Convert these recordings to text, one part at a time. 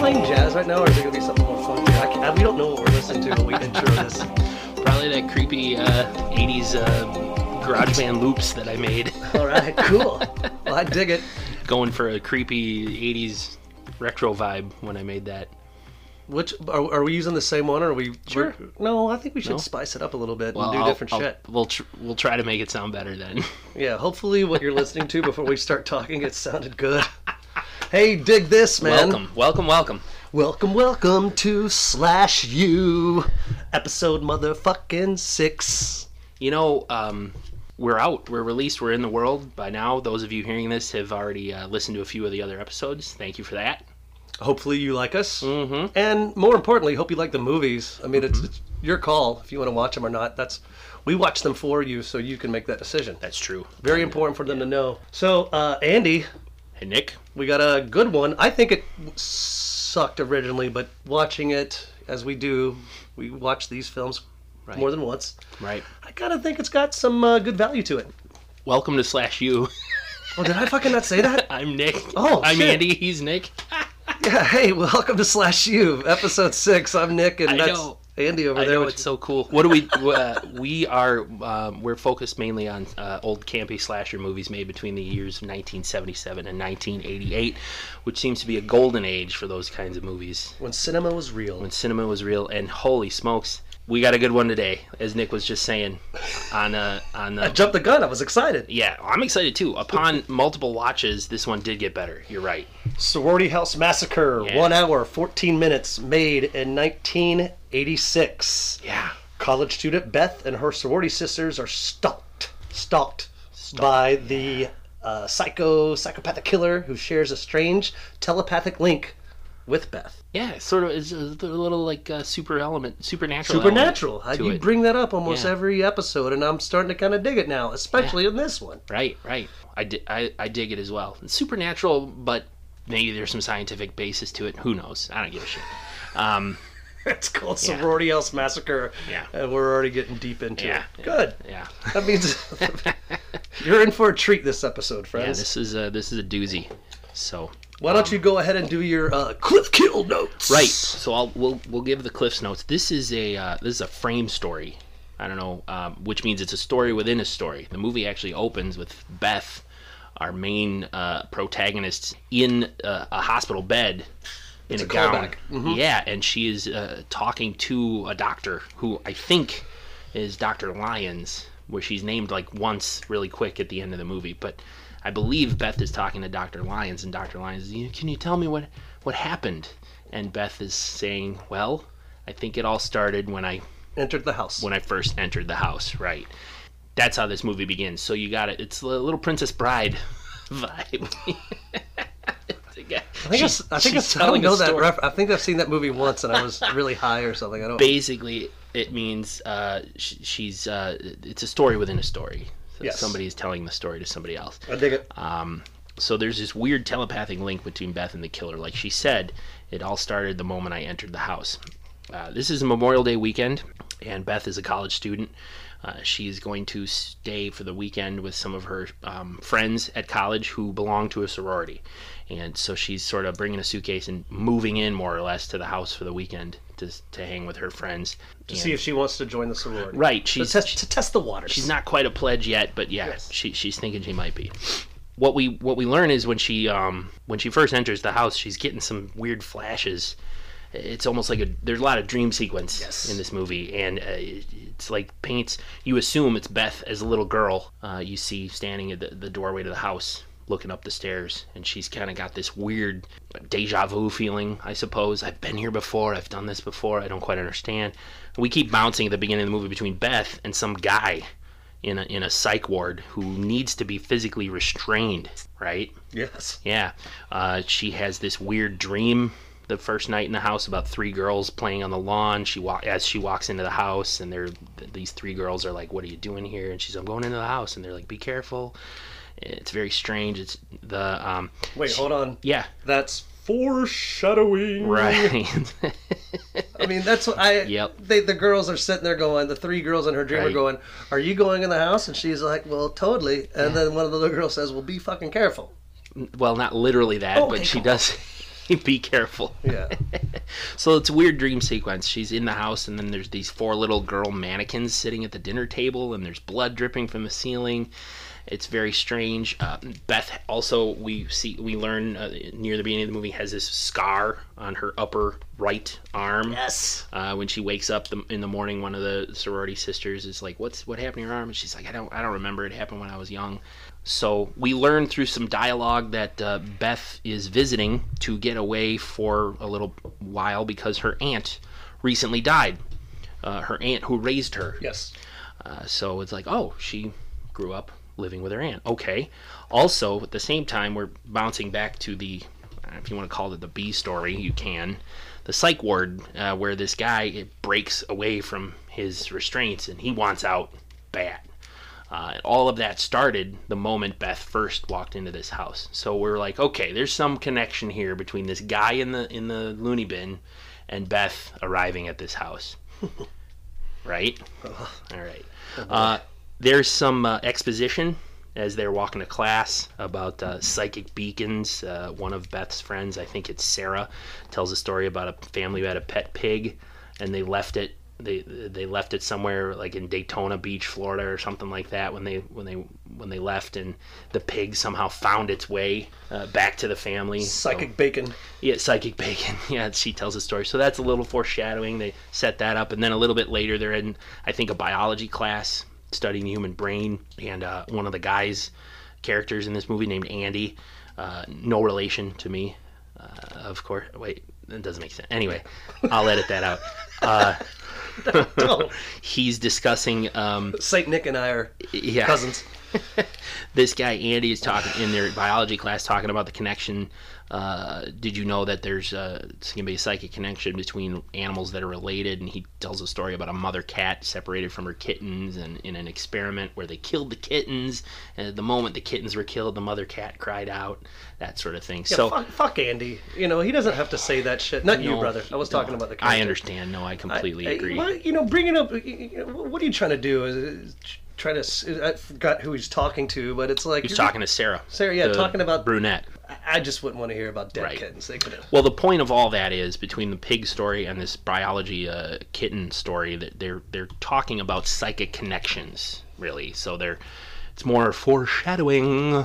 right now, or is it gonna be something more funky? I can't, we don't know what we're listening to when we intro this. Probably that creepy uh, 80s uh, garage band loops that I made. All right, cool. Well, I dig it. Going for a creepy 80s retro vibe when I made that. Which are, are we using the same one? Or are we? Sure. we're- No, I think we should No? spice it up a little bit Well, and do I'll- different I'll- shit. We'll, tr- we'll try to make it sound better then. Yeah, hopefully what you're listening to before we start talking, it sounded good. Hey, dig this, man. Welcome, welcome, welcome. welcome, welcome to Slash You, episode motherfucking six. You know, um, we're out. We're released. We're in the world by now. Those of you hearing this have already uh, listened to a few of the other episodes. Thank you for that. Hopefully you like us, Mm-hmm. and more importantly, hope you like the movies. I mean, it's, it's your call if you want to watch them or not. That's we watch them for you, so you can make that decision. That's true. Very important for them to know. So, uh, Andy, Hey, Nick. We got a good one. I think it sucked originally, but watching it as we do, we watch these films Right. more than once. Right. I gotta think it's got some uh, good value to it. Welcome to Slash You. Oh, did I fucking not say that? I'm Nick. Oh, I'm shit. Andy. He's Nick. Yeah. Hey, welcome to Slash You, episode six. I'm Nick, and I that's know. Andy over I there. know which- it's so cool. What do we? Uh, we are um, we're focused mainly on uh, old campy slasher movies made between the years of 1977 and 1988, which seems to be a golden age for those kinds of movies when cinema was real. when cinema was real. And holy smokes, we got a good one today, as Nick was just saying. On uh, on I the jumped the gun. I was excited. yeah, I'm excited too. Upon multiple watches, this one did get better. You're right. Sorority House Massacre, Yeah. one hour, 14 minutes, made in 1986. Yeah. College student Beth and her sorority sisters are stalked, stalked, by the uh, psycho psychopathic killer who shares a strange telepathic link with Beth. Yeah, sort of. It's a little like uh, super element, supernatural. element Supernatural. How to you it. bring that up almost Yeah. every episode, and I'm starting to kind of dig it now, especially in this one. Right, right. I, di- I, I dig it as well. It's supernatural, but maybe there's some scientific basis to it. Who knows? I don't give a shit. Um, It's called Sorority House Massacre. Yeah. And we're already getting deep into Yeah. it. Good. yeah. That means you're in for a treat this episode, Yeah, friends. this is a, this is a doozy. So Why don't you go ahead and do your uh, cliff kill notes? right. So I'll we'll we'll give the Cliff's notes. This is a uh, this is a frame story. I don't know, um, which means it's a story within a story. The movie actually opens with Beth, our main uh, protagonist, in uh, a hospital bed in It's a, a gown. callback. Mm-hmm. Yeah, and she is uh, talking to a doctor who I think is Doctor Lyons, where she's named like once really quick at the end of the movie. But I believe Beth is talking to Doctor Lyons, and Doctor Lyons is, "You- "Can you tell me what what happened?" And Beth is saying, "Well, I think it all started when I Entered the house. when I first entered the house." Right. That's how this movie begins. So you got it. It's a little Princess Bride vibe. I think, I, I think it's, I don't know that ref- I think I've seen that movie once, and I was really high or something. I don't. basically it means uh, sh- she's uh, it's a story within a story so Yes. somebody is telling the story to somebody else I dig it. um, so there's this weird telepathic link between beth and the killer like she said it all started the moment i entered the house uh, this is memorial day weekend and beth is a college student uh, she's going to stay for the weekend with some of her um, friends at college who belong to a sorority and so she's sort of bringing a suitcase and moving in more or less to the house for the weekend to, to hang with her friends To see if she wants to join the sorority. Right, To she's test, to test the waters. she's not quite a pledge yet, but yeah, Yes. she, she's thinking she might be. What we what we learn is when she um when she first enters the house, she's getting some weird flashes. It's almost like a there's a lot of dream sequence Yes. in this movie, and uh, it- it's like paints. You assume it's Beth as a little girl. Uh, you see standing at the, the doorway to the house, looking up the stairs, and she's kind of got this weird deja vu feeling. I suppose I've been here before. I've done this before. I don't quite understand. We keep bouncing at the beginning of the movie between Beth and some guy in a, in a psych ward who needs to be physically restrained, right? Yes. Yeah. Uh, she has this weird dream the first night in the house about three girls playing on the lawn. She walk as she walks into the house and they're these three girls are like, "What are you doing here?" And she's, "I'm going into the house." And they're like, "Be careful." It's very strange. It's the um Wait, hold on. yeah, That's foreshadowing. right. I mean, that's what I. Yep. They, the girls are sitting there going. The three girls in her dream are Right. going. Are you going in the house? And she's like, Well, totally. And then one of the little girls says, Well, be fucking careful. well, not literally that, Oh, okay, but she cool. does Be careful. Yeah. So it's a weird dream sequence. She's in the house, and then there's these four little girl mannequins sitting at the dinner table, and there's blood dripping from the ceiling. It's very strange. Uh, Beth also we see we learn uh, near the beginning of the movie has this scar on her upper right arm. Yes. Uh, when she wakes up the, in the morning, one of the sorority sisters is like, "What's what happened to your arm?" And she's like, "I don't I don't remember. It happened when I was young." So we learn through some dialogue that uh, Beth is visiting to get away for a little while because her aunt recently died. Uh, her aunt who raised her. Yes. Uh, so it's like, oh, she grew up living with her aunt. Okay. Also, at the same time, we're bouncing back to the, uh, if you want to call it the B story, you can, the psych ward, uh, where this guy it breaks away from his restraints and he wants out bad. Uh, all of that started the moment Beth first walked into this house. So we're like, okay, there's some connection here between this guy in the in the loony bin and Beth arriving at this house, right? All right. Uh, there's some uh, exposition as they're walking to class about uh, psychic beacons. Uh, one of Beth's friends, I think it's Sarah, tells a story about a family who had a pet pig, and they left it. They they left it somewhere like in Daytona Beach, Florida, or something like that. When they when they when they left, and the pig somehow found its way uh, back to the family. So- Psychic bacon. yeah, psychic bacon. Yeah, she tells a story. So that's a little foreshadowing. They set that up, and then a little bit later, they're in, I think, a biology class studying the human brain, and uh, one of the guys, characters in this movie named Andy, uh, no relation to me, uh, of course. Wait, that doesn't make sense. Anyway, I'll edit that out. Uh, he's discussing um, Saint Nick and I are yeah cousins. this guy Andy is talking in their biology class talking about the connection. Uh, did you know that there's uh, it's gonna be a psychic connection between animals that are related? And he tells a story about a mother cat separated from her kittens, and in an experiment where they killed the kittens, and at the moment the kittens were killed, the mother cat cried out, that sort of thing. so fuck, fuck Andy. You know he doesn't have to say that shit. Not you, No, brother. I was no, talking about the. I character. understand. No, I completely Hey, agree. why- you know, bringing up, you know, what are you trying to do? Is- Is trying to, s- I forgot who he's talking to, but it's like He's you're- talking to Sarah. Sarah, yeah, the talking about- brunette. I just wouldn't want to hear about dead Right. kittens. They could have. Well, the point of all that is between the pig story and this biology uh, kitten story that they're they're talking about psychic connections, really. So they're it's more foreshadowing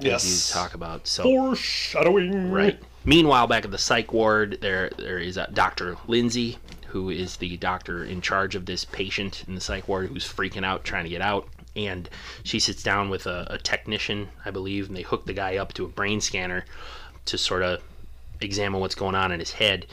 as you talk about. So Foreshadowing. right. Meanwhile, back at the psych ward, there there is uh, Doctor Lindsay, who is the doctor in charge of this patient in the psych ward who's freaking out, trying to get out. And she sits down with a, a technician, I believe, and they hook the guy up to a brain scanner to sort of examine what's going on in his head.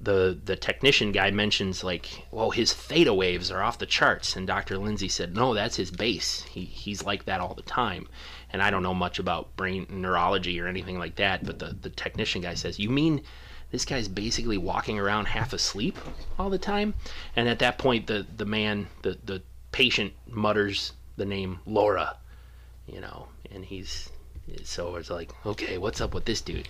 The the technician guy mentions like, well, his theta waves are off the charts, and Dr. Lindsay said, no, that's his base. He he's like that all the time. And I don't know much about brain neurology or anything like that, but the the technician guy says, you mean this guy's basically walking around half asleep all the time? And at that point, the the man, the the patient mutters the name Laura you know, and he's so it's like, okay, what's up with this dude?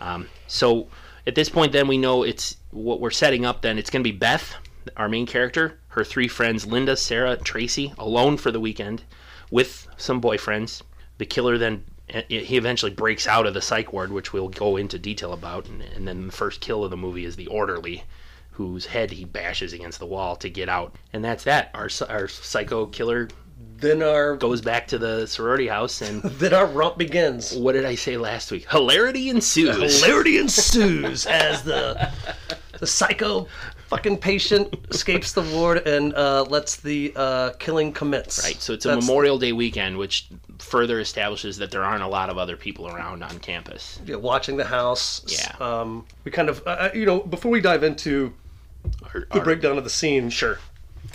Um, so at this point, then we know it's what we're setting up. Then it's going to be Beth, our main character, her three friends, Linda, Sarah, Tracy, alone for the weekend with some boyfriends. The killer then eh, he eventually breaks out of the psych ward, which we'll go into detail about. And, and then the first kill of the movie is the orderly, whose head he bashes against the wall to get out. And that's that. Our our psycho killer Then our goes back to the sorority house and then our romp begins. what did I say last week? Hilarity ensues. Hilarity ensues as the the psycho fucking patient escapes the ward and uh, lets the uh, killing commence. Right, so it's a That's- Memorial Day weekend, which further establishes that there aren't a lot of other people around on campus. yeah, watching the house. Yeah. Um, we kind of, uh, uh, you know, before we dive into Or- the or- breakdown of the scene, Sure.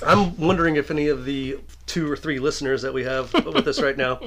I'm wondering if any of the two or three listeners that we have with us right now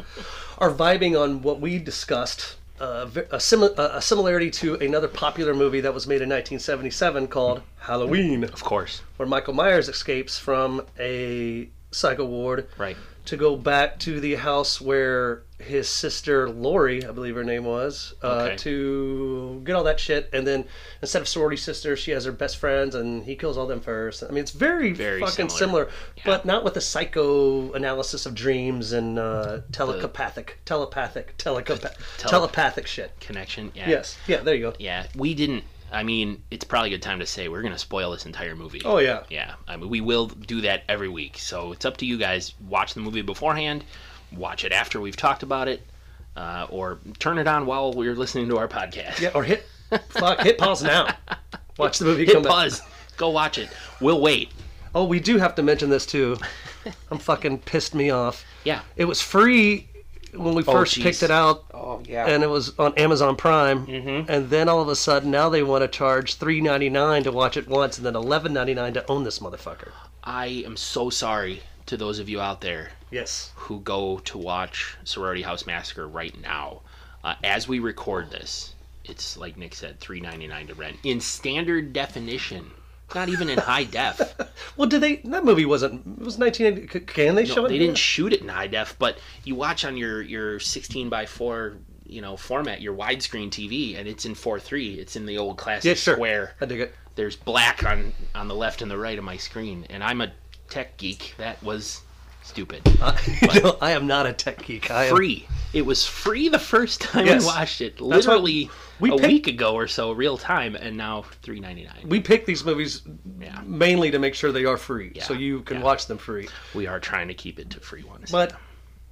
are vibing on what we discussed. Uh, ve- a, simi- a a similarity to another popular movie that was made in 1977 called Halloween, Of course. where Michael Myers escapes from a Psycho Ward Right. to go back to the house where his sister Lori, I believe her name was, uh, Okay. to get all that shit. And then instead of sorority sisters, she has her best friends, and he kills all them first. I mean, it's very, Very fucking similar. similar, but not with the psycho analysis of dreams and uh, telepathic, telepathic, telepath, telepathic shit. Connection. Yeah. Yes, yeah, there you go. Yeah. We didn't. I mean, it's probably a good time to say we're going to spoil this entire movie. Oh yeah, Yeah, I mean, we will do that every week. So it's up to you guys. Watch the movie beforehand, watch it after we've talked about it, uh, or turn it on while we're listening to our podcast. yeah. Or hit, fuck, hit pause now. Watch the movie. Hit come back. pause. Go watch it. We'll wait. Oh, we do have to mention this too. I'm fucking pissed me off. Yeah. It was free when we first jeez. picked it out, Oh yeah. and it was on Amazon Prime. Mm-hmm. And then all of a sudden, now they want to charge $3.99 to watch it once, and then $11.99 to own this motherfucker. I am so sorry to those of you out there Yes. who go to watch Sorority House Massacre right now. Uh, as we record this, it's like Nick said, three ninety nine to rent in standard definition, not even in high def. Well, did they? That movie wasn't. It was 1980. c- Can they show it? they didn't shoot it in high def, but you watch on your your 16 by 4 you know format, your widescreen TV, and it's in 4:3. It's in the old classic Yeah, sure. square. I dig it. There's black on on the left and the right of my screen, and I'm a tech geek. That was stupid. I, no, I am not a tech geek. I am, free. It was free the first time Yes. I watched it, why literally we a picked- week ago or so, real time, and now 3.99. we pick these movies Yeah. mainly to make sure they are free, so Yeah, you can yeah. watch them free. We are trying to keep it to free ones. But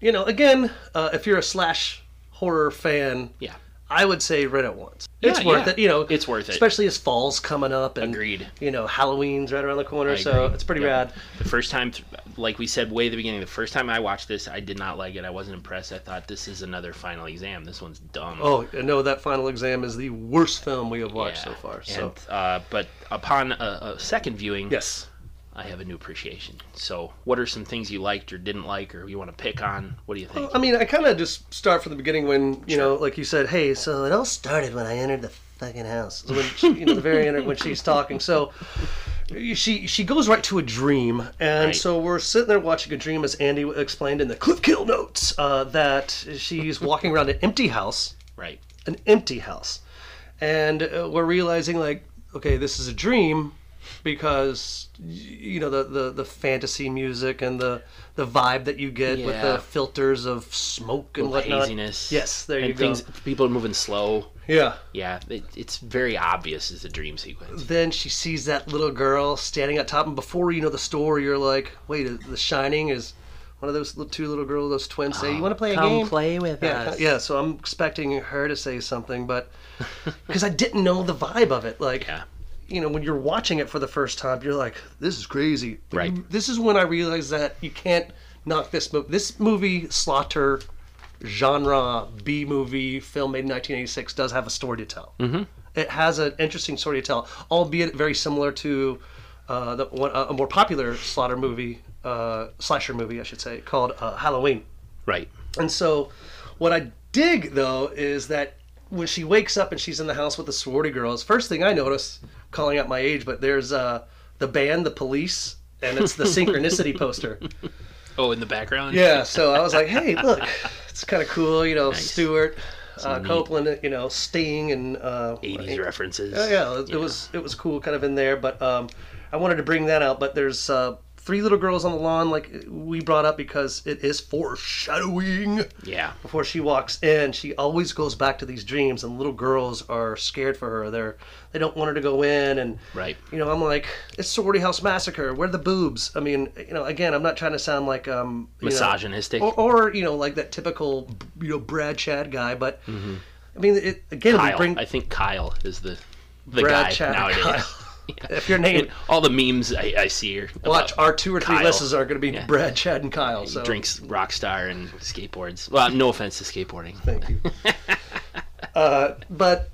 you know, again, uh, if you're a slash horror fan, yeah, I would say rent it once. Yeah, it's worth yeah. it. You know, It's worth it. especially as fall's coming up and Agreed. You know, Halloween's right around the corner, I so agree. it's pretty Yeah. rad. The first time, th- like we said way at the beginning, the first time I watched this, I did not like it. I wasn't impressed. I thought this is another final exam. This one's dumb. Oh and no, that final exam is the worst film we have Yeah. watched so far. So And, uh, but upon a, a second viewing, yes, I have a new appreciation. So, what are some things you liked or didn't like, or you want to pick on? What do you think? I mean, I kind of just start from the beginning when you know, like you said, hey, so it all started when I entered the fucking house. So when she, you know, the very end when she's talking, so. She she goes right to a dream, and Right. so we're sitting there watching a dream, as Andy explained in the clip kill notes, uh, that she's walking around an empty house, right. an empty house. And uh, we're realizing, like, okay, this is a dream because, y- you know, the, the, the fantasy music and the, the vibe that you get with Yeah. the filters of smoke and Little whatnot. haziness. Yes, there and you go. People are moving slow. Yeah. Yeah, it, it's very obvious. It's a dream sequence. Then she sees that little girl standing at top, and before you know the story, you're like, wait, is The Shining is one of those little, two little girls, those twins say, you want to play a game? play with yeah, yeah. So I'm expecting her to say something, but because I didn't know the vibe of it, like, Yeah. you know, when you're watching it for the first time, you're like, "This is crazy." But Right. you- this is when I realized that you can't knock this movie. This movie slaughter genre B movie film made in 1986 does have a story to tell. Mm-hmm. It has an interesting story to tell, albeit very similar to uh, the one, a more popular slaughter movie, uh, slasher movie, I should say, called uh, Halloween. Right. And so, what I dig though is that when she wakes up and she's in the house with the sorority girls, first thing I notice, calling out my age, but there's uh, the band, the police, and it's the synchronicity poster. Oh, in the background. Yeah, so I was like, hey, look, it's kind of cool, you know, Stewart, uh, neat- Copeland, you know, Sting, and uh, 80s references. yeah, yeah, it, it was it was cool, kind of in there. But um, I wanted to bring that out. But there's uh, three little girls on the lawn, like we brought up, because it is foreshadowing Yeah. before she walks in, she always goes back to these dreams, and little girls are scared for her. They're they don't want her to go in, and Right. you know, I'm like, it's sorority house massacre. Where are the boobs? I mean, you know, again, I'm not trying to sound like um you know- Misogynistic. or, or you know, like that typical you know Brad Chad guy. But I mean, it, again, we Mm-hmm. Kyle. bring I think Kyle is the the Brad guy Chad nowadays. Kyle. Yeah. if your name. And all the memes I, I see are about Watch our two or three Kyle. lists are going to be Brad, Chad, and Kyle. So drinks rockstar and skateboards. Well, no offense to skateboarding. Thank you. uh, but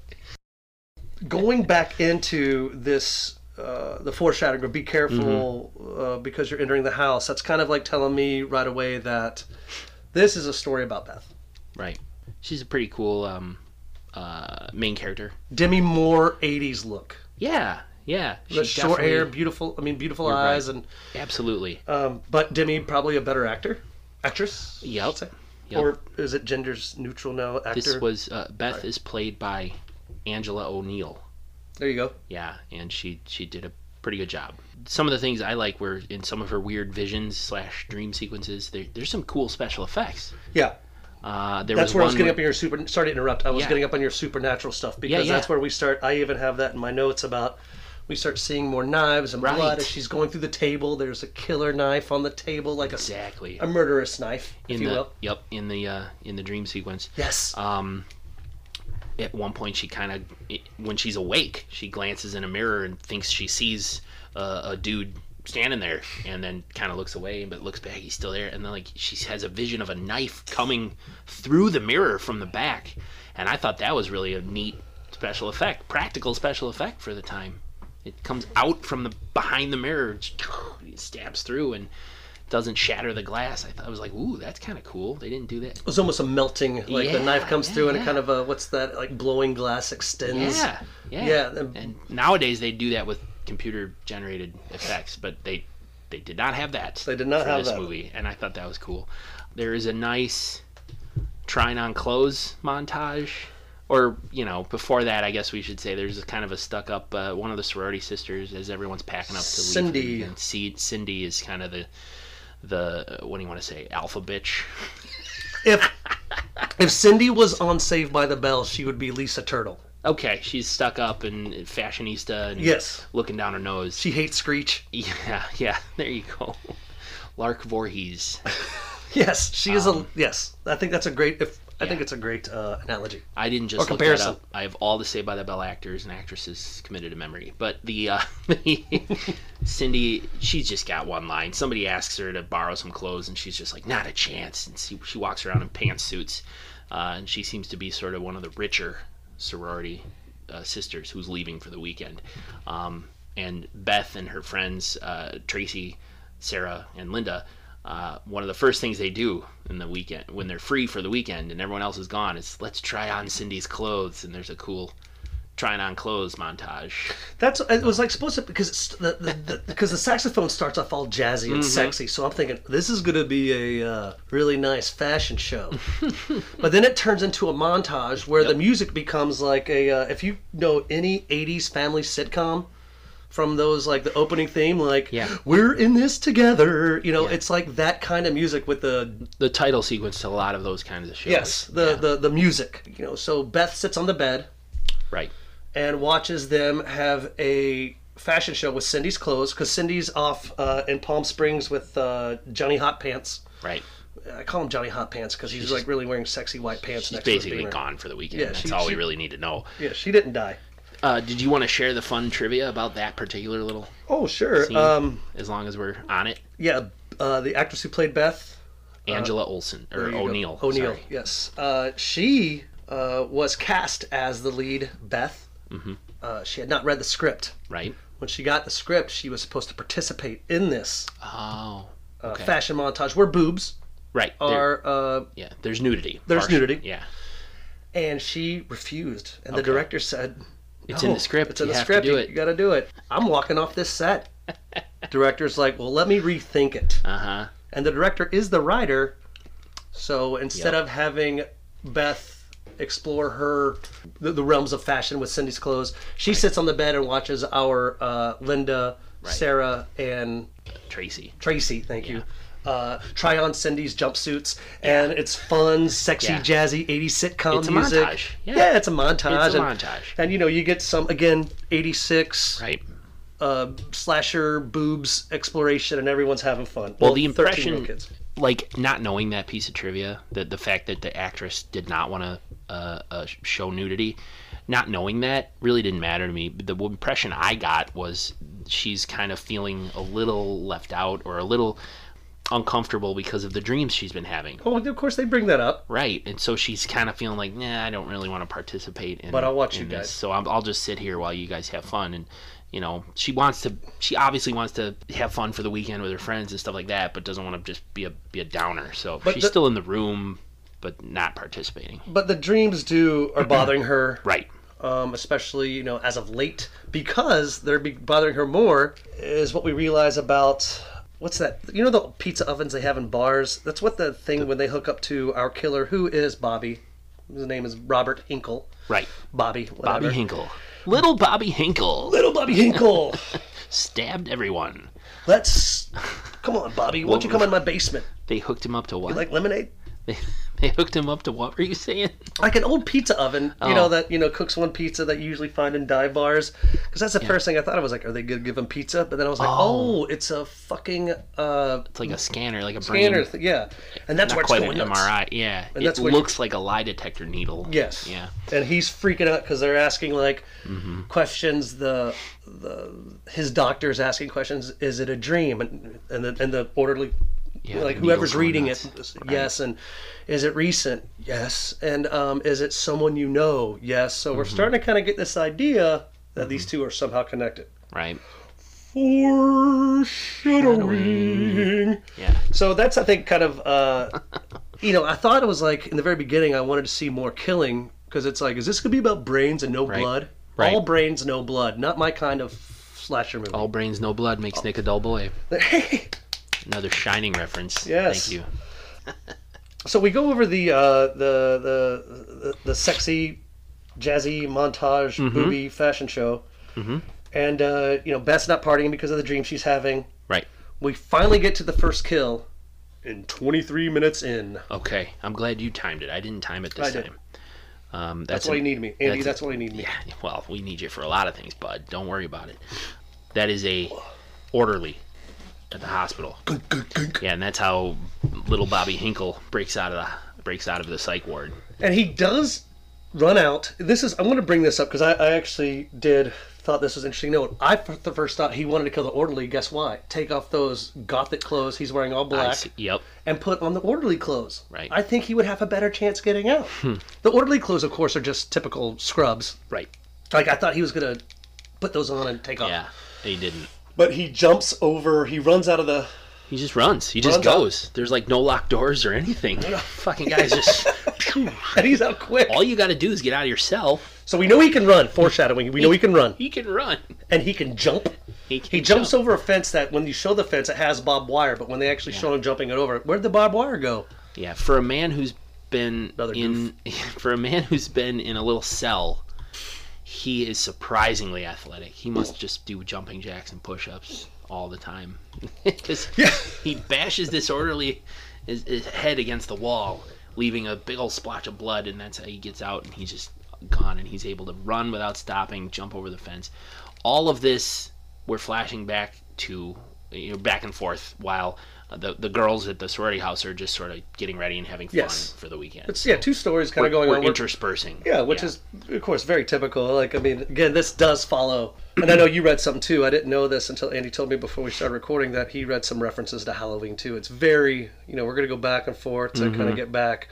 going back into this, uh, the foreshadowing, or be careful Mm-hmm. uh, because you're entering the house, that's kind of like telling me right away that this is a story about Beth. Right. She's a pretty cool um, uh, main character. Demi Moore 80s look. Yeah. Yeah, she The short hair, definitely- beautiful. I mean, beautiful right. eyes, and Absolutely. um, but Demi probably a better actor, actress. I Yep. should say. Yep. Or is it genders neutral now? Actor. This was uh, Beth is played by Angela O'Neill. There you go. Yeah, and she she did a pretty good job. Some of the things I like were in some of her weird visions slash dream sequences. There, there's some cool special effecks. Yeah, Uh, there that's was where I one was getting where- up on your super. Sorry to interrupt. I was Yeah. getting up on your supernatural stuff because yeah. that's where we start. I even have that in my notes about. We start seeing more knives and Right. blood as she's going through the table. There's a killer knife on the table, like a s- exactly a murderous knife, Um, if in you the will. yep in the uh, in the dream sequence. Yes. Um, at one point, she kind of, when she's awake, she glances in a mirror and thinks she sees uh, a dude standing there, and then kind of looks away, but looks back, he's still there, and then like she has a vision of a knife coming through the mirror from the back, and I thought that was really a neat special effect, practical special effect for the time. It comes out from the behind the mirror, just it stabs through, and doesn't shatter the glass. I thought I was like, ooh, that's kind of cool. They didn't do that. It was almost a melting, like the Yeah, knife comes yeah, through and yeah. it kind of a what's that like blowing glass extends. Yeah, yeah, Yeah, the- And nowadays they do that with computer-generated effects, but they they did not have that. They did not for have this that. movie, and I thought that was cool. There is a nice trying on clothes montage, or you know, before that, I guess we should say there's kind of a stuck-up uh, one of the sorority sisters as everyone's packing up to leave. for the Cindy. weekend. C- Cindy is kind of the the uh, what do you want to say alpha bitch If if Cindy was on Saved by the Bell, she would be Lisa Turtle. okay she's stuck up and fashionista and Yes. looking down her nose She hates Screech. Yeah, yeah. There you go. Lark Voorhees. Yes, she is a yes. I think that's a great. If I think Um, yeah. it's a great uh, analogy. I didn't just look that comparison. up. I have all the Saved by the Bell actors and actresses committed to memory. But the uh, Cindy, she's just got one line. Somebody asks her to borrow some clothes, and she's just like, "Not a chance." And she, she walks around in pantsuits, uh, and she seems to be sort of one of the richer sorority uh, sisters who's leaving for the weekend. Um, and Beth and her friends, uh, Tracy, Sarah, and Linda, uh, one of the first things they do in the weekend when they're free for the weekend and everyone else is gone is let's try on Cindy's clothes. And there's a cool trying on clothes montage. That's it was like supposed to because it's the, the, the because the saxophone starts off all jazzy and Mm-hmm. sexy. So I'm thinking this is going to be a uh, really nice fashion show, but then it turns into a montage where the music becomes like a uh, if you know any '80s family sitcom from those like the opening theme like Yeah. we're in this together you know it's like that kind of music with the The title sequence to a lot of those kinds of shows. yes the, the the music you know so beth sits on the bed Right. and watches them have a fashion show with Cindy's clothes because Cindy's off uh, in Palm Springs with uh, Johnny Hot Pants. Right. I call him Johnny Hot Pants because he's like really wearing sexy white pants. She's next to his basically beamer. gone for the weekend. Yeah, That's she- all we she- really need to know. Yeah, she didn't die. Uh, did you want to share the fun trivia about that particular little? Oh sure. Um, as long as we're on it, yeah, uh, the actress who played Beth Angela Olsen or Uh, there you go. O'Neill. O'Neill. sorry. Yes. Uh, she uh, was cast as the lead Beth. Mm-hmm. Uh, she had not read the script. Right. When she got the script, she was supposed to participate in this Oh. uh, Okay. fashion montage where boobs Right. are there- uh, yeah. There's nudity. There's Partial- nudity. Yeah. and she refused and the director said It's in the "No, script. it's in You the have to script do you, it." you gotta do it i'm walking off this set director's like well let me rethink it Uh huh. and the director is the writer so instead of having beth explore her the, the realms of fashion with cindy's clothes she sits on the bed and watches our uh, linda sarah and Tracy. Tracy, thank you. Uh, try on Cindy's jumpsuits, and it's fun, sexy, Yeah. jazzy '80s sitcom It's a music. montage. Yeah. Yeah. it's a montage. It's a and, montage. and, you know, you get some again '86 Right. uh, slasher boobs exploration, and everyone's having fun. Well, the 13-year-old impression- kids. Like not knowing that piece of trivia, the the fact that the actress did not want to uh, uh, show nudity, not knowing that really didn't matter to me. But the impression I got was she's kind of feeling a little left out or a little uncomfortable because of the dreams she's been having. Oh, of course they bring that up. Right, and so she's kind of feeling like, nah, I don't really want to participate in. But I'll watch you in this, guys. So I'm, I'll just sit here while you guys have fun, and you know, she wants to. She obviously wants to have fun for the weekend with her friends and stuff like that, but doesn't want to just be a be a downer. So she's the- still in the room, but not participating. But the dreams do are bothering her. Right. um, especially you know as of late, because they're be bothering her more is what we realize about what's that? You know the pizza ovens they have in bars. That's what the thing when they hook up to our killer, who is Bobby. His name is Robert Hinkle. Right. Bobby. Whatever. Bobby Hinkle. Little Bobby Hinkle Little Bobby Hinkle. stabbed everyone. Let's come on, Bobby. Why don't you come in my basement? They hooked him up to what? You like lemonade? they, they hooked him up to what were you saying? like an old pizza oven, you Oh. know, that you know cooks one pizza that you usually find in dive bars. Because that's the first thing I thought. I was like, are they gonna give them pizza? But then I was like, oh, it's a fucking uh, It's like a scanner, like a scanner, brain. th- yeah. And that's Not where it's quite going an nuts. MRI. Yeah. And it that's where you- looks like a lie detector needle. Yes. Yeah. Mm-hmm. And he's freaking out because they're asking like questions. The the his doctor's asking questions. Is it a dream? And and the and the orderly, Yeah, like the needle's whoever's going reading nuts. it, yes. And is it recent? Yes. And um, is it someone you know? Yes. So Mm-hmm. we're starting to kind of get this idea that these two are somehow connected. Right. Foreshadowing. Yeah. So that's I think kind of uh, you know I thought it was like in the very beginning I wanted to see more killing because it's like is this gonna be about brains and no blood? Right. All brains, no blood. Not my kind of slasher movie. All brains, no blood Oh. makes Nick a dull boy. Another shining reference. Yes. Thank you. so we go over the uh, the, the the the sexy, jazzy montage Mm-hmm. booby fashion show, and uh, you know Beth's not partying because of the dream she's having. Right. We finally get to the first kill, in 23 minutes in. Okay. I'm glad you timed it. I didn't time it this I did. time. Um, That's, why an- you need me, Andy. that's- That's, why you need me. Yeah, well, we need you for a lot of things, bud. Don't worry about it. That is a orderly at the hospital. Yeah, and that's how little Bobby Hinkle breaks out of the breaks out of the psych ward. and he does run out. This is I'm going to bring this up because I, I actually did thought this was interesting. Note: I f- the first thought he wanted to kill the orderly. Guess why? Take off those gothic clothes he's wearing all I black see- Yep. and put on the orderly clothes. Right. Hmm. I think he would have a better chance getting out. The orderly clothes, of course, are just typical scrubs. Right. Like I thought he was going to put those on and take off. Yeah. He didn't. But he jumps over. He runs out of the He just runs. He just Runs out. goes. There's like no locked doors or anything. Fucking guys just. and he's out quick. All you got to do is get out of your cell. So we know he can run. Foreshadowing. We know he can run He can run. and he can jump. He, He jumps over a fence that when you show the fence it has barbed wire, but when they actually show him jumping it over, where'd the barbed wire go? Yeah, for a man who's been Another in for a man who's been in a little cell, he is surprisingly athletic. He must just do jumping jacks and push-ups all the time. 'Cause he bashes disorderly his, his head against the wall, leaving a big old splotch of blood, and that's how he gets out. And he's just gone, and he's able to run without stopping, jump over the fence. All of this we're flashing back to you know back and forth while uh, the the girls at the sorority house are just sort of getting ready and having fun Yes. for the weekend. It's yeah, two stories kind of going we're on. interspersing. yeah, which is of course very typical. Like I mean, again, this does follow. And I know you read something too. I didn't know this until Andy told me before we started recording that he read some references to Halloween too. It's very you know we're gonna go back and forth to kind of Mm-hmm. get back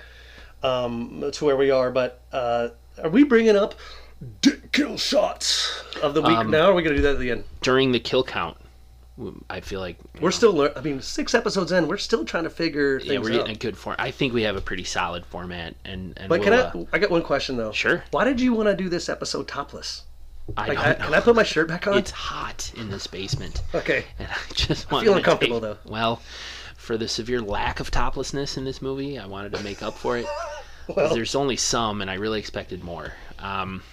um, to where we are. But uh, are we bringing up dick kill shots of the Um, week now? Or are we gonna do that at the end? during the kill count. w- I feel like We're still learning. I mean, six episodes in, we're still trying to figure yeah, things we're getting a out. good form. I think we have a pretty solid format, and and But can we'll, uh, I? I got one question though. Sure. Why did you want to do this episode topless? I Like, don't I, know. can I put my shirt back on? It's hot in this basement. Okay. And I just wanted feel to uncomfortable, take- though. Well, for the severe lack of toplessness in this movie, I wanted to make up for it. 'Cause There's only some, and I really expected more. Um,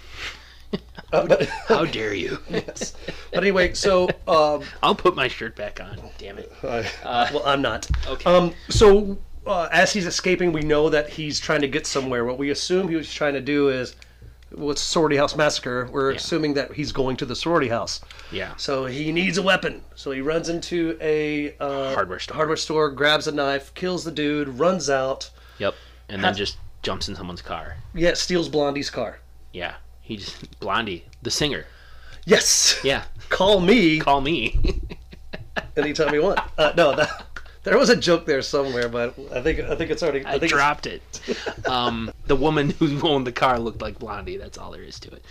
Uh, but, how dare you? but anyway, so um, I'll put my shirt back on. Damn it. well, I'm not. okay. Uh, Um, so uh, as he's escaping, we know that he's trying to get somewhere. What we assume he was trying to do is what's sorority house massacre. We're assuming that he's going to the sorority house. Yeah. So he needs a weapon. So he runs into a uh, Hardware store. Hardware store, grabs a knife, kills the dude, runs out. Yep. And then just jumps in someone's car. Yeah, steals Blondie's car. Yeah. He just Blondie, the singer. Yes. Yeah. Call me Call me. anytime you want. Uh, no, that, there was a joke there somewhere, but I think I think it's already. I, I think dropped it. Um, the woman who owned the car looked like Blondie. That's all there is to it.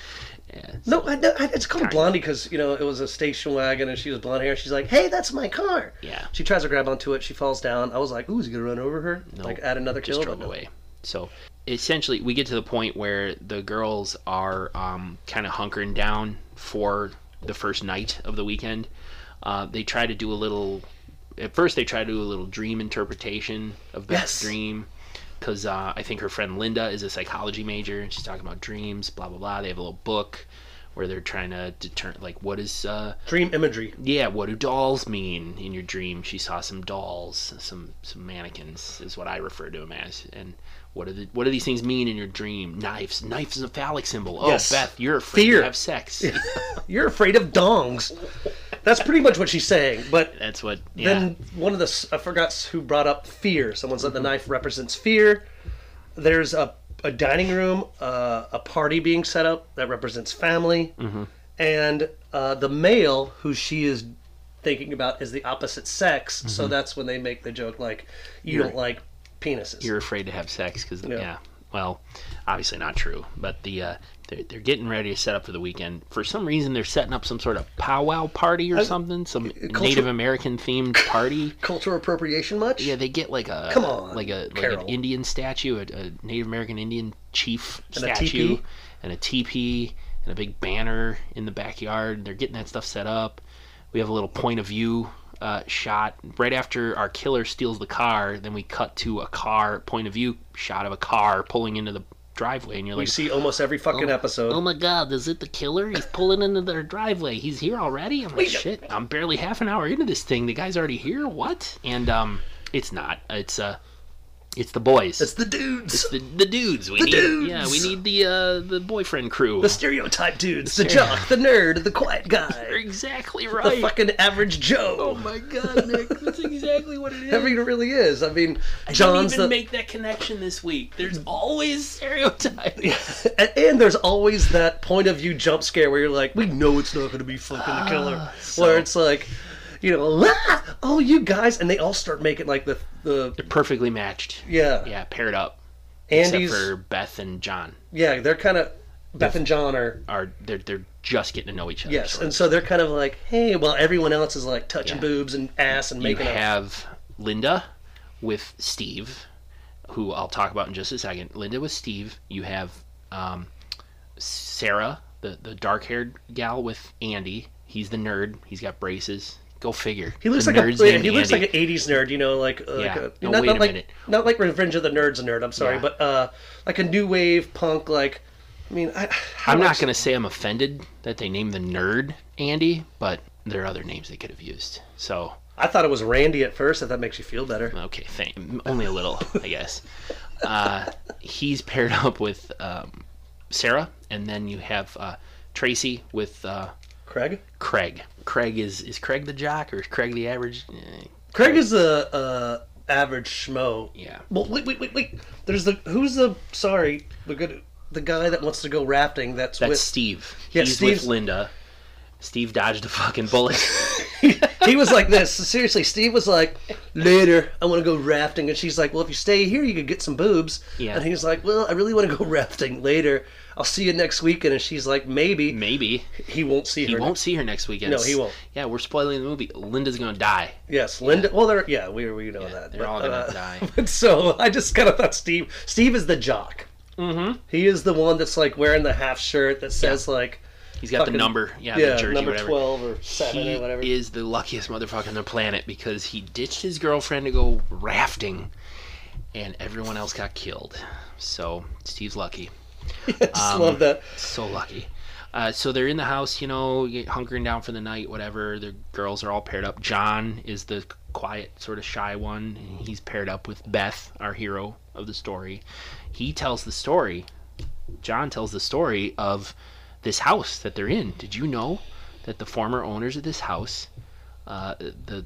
Yeah. it's, no, I, no, I- it's called Blondie because you know it was a station wagon and she was blonde hair. She's like, "Hey, that's my car." Yeah. She tries to grab onto it. She falls down. I was like, "Ooh, is he gonna run over her?" Like add another just kill. drove but no. away. So essentially we get to the point where the girls are um, kind of hunkering down for the first night of the weekend. Uh, they try to do a little. At first, they try to do a little dream interpretation of Yes. Beth's dream, because uh, I think her friend Linda is a psychology major, and she's talking about dreams. Blah blah blah. They have a little book where they're trying to determine like what is uh, Dream imagery. yeah, what do dolls mean in your dream? She saw some dolls, some some mannequins is what I refer to them as. And what do the, what do these things mean in your dream? Knives, knife is a phallic symbol. Oh, Yes. Beth, you're afraid Fear. to have sex. You're afraid of dongs. That's pretty much what she's saying. But That's what. Yeah. then one of the s- I forgot who brought up fear. Someone said the knife represents fear. There's a a dining room, uh, a party being set up that represents family, Mm-hmm. and uh, the male who she is thinking about is the opposite sex. So Mm-hmm. that's when they make the joke like, "You don't like penises." you're afraid to have sex because yeah. Yeah. well obviously not true but the uh they're, they're getting ready to set up for the weekend for some reason they're setting up some sort of powwow party or something some culture- native american themed party Cultural appropriation much? yeah they get like a Come on, like a like an Carol. indian statue a, a native american indian chief And a statue teepee? and a teepee and a big banner in the backyard they're getting that stuff set up we have a little point of view uh, shot right after our killer steals the car. Then we cut to a car point of view shot of a car pulling into the driveway, and you're We like, see almost every fucking episode. "Oh my god, is it the killer? He's pulling into their driveway. He's here already." I'm like, "Shit, I'm barely half an hour into this thing. The guy's already here. What?" And um, it's not. It's uh, it's the boys. it's the dudes. It's the, the dudes. We need dudes. yeah. We need the uh the boyfriend crew. the stereotype dudes, the jock, the nerd, the quiet You're guy, exactly the right. fucking average Joe. Oh my god, Nick, that's exactly what it is. I mean, it really is. I mean, John's John's even the. make that connection this week. There's always stereotypes. and, and there's always that point of view jump scare where you're like, we know it's not going to be fucking the Ah, killer. Where it's like, you know, "Ah, oh, you guys. And they all start making like the. the Perfectly matched. yeah. Yeah, paired up. Andy's. Except for Beth and John Yeah, they're kind of. Beth and John are. are they're they're just getting to know each other. Yes. sort of. And so they're kind of like, hey, while everyone else is like touching Yeah. boobs and ass and you making out. have Linda with Steve, who I'll talk about in just a second. Linda with Steve. You have um, Sarah, the the dark haired gal with Andy. He's the nerd. He's got braces. Go figure. He looks The like a nerd's yeah, named he looks Andy. like an '80s nerd, you know, like, uh, like Yeah. a, No, not, wait not a like minute. not like Revenge of the Nerds nerd. I'm sorry, Yeah. but uh, like a new wave punk. Like, I mean, I, how I'm much- not going to say I'm offended that they named the nerd Andy, but there are other names they could have used. So, I thought it was Randy at first. If that makes you feel better, okay, thank, only a little, I guess. Uh, he's paired up with um, Sarah, and then you have uh, Tracy with uh, Craig. Craig. Craig is is Craig the jock or is Craig the average? Eh, Craig is the uh, average schmo. Yeah. Well, wait, wait, wait, wait. There's the who's the sorry the good the guy that wants to go rafting. That's, That's Steve. Yeah, he's Steve's- with Linda. Steve dodged a fucking bullet. with. he was like this. Seriously, Steve was like, "Later, I want to go rafting," and she's like, "Well, if you stay here, you could get some boobs." Yeah. And he's like, "Well, I really want to go rafting later. I'll see you next weekend." And she's like, "Maybe." Maybe He won't see he her. won't see her next weekend. No, he won't. Yeah, we're spoiling the movie. Linda's gonna die. Yes, Linda. Well, they're yeah, we we know that. they're all gonna die. But so I just kind of thought Steve. Steve is the jock. Mm-hmm. He is the one that's like wearing the half shirt that says like He's got Fucking- the number. Yeah, yeah the jersey, number whatever. twelve or seven he or whatever. is the luckiest motherfucker on the planet because he ditched his girlfriend to go rafting, and everyone else got killed. So Steve's lucky, I just um, love that. so lucky. Uh, so they're in the house, you know, hunkering down for the night, whatever. The girls are all paired up. John is the quiet, sort of shy one. and He's paired up with Beth, our hero of the story. He tells the story. John tells the story of this house that they're in. Did you know that the former owners of this house uh, the,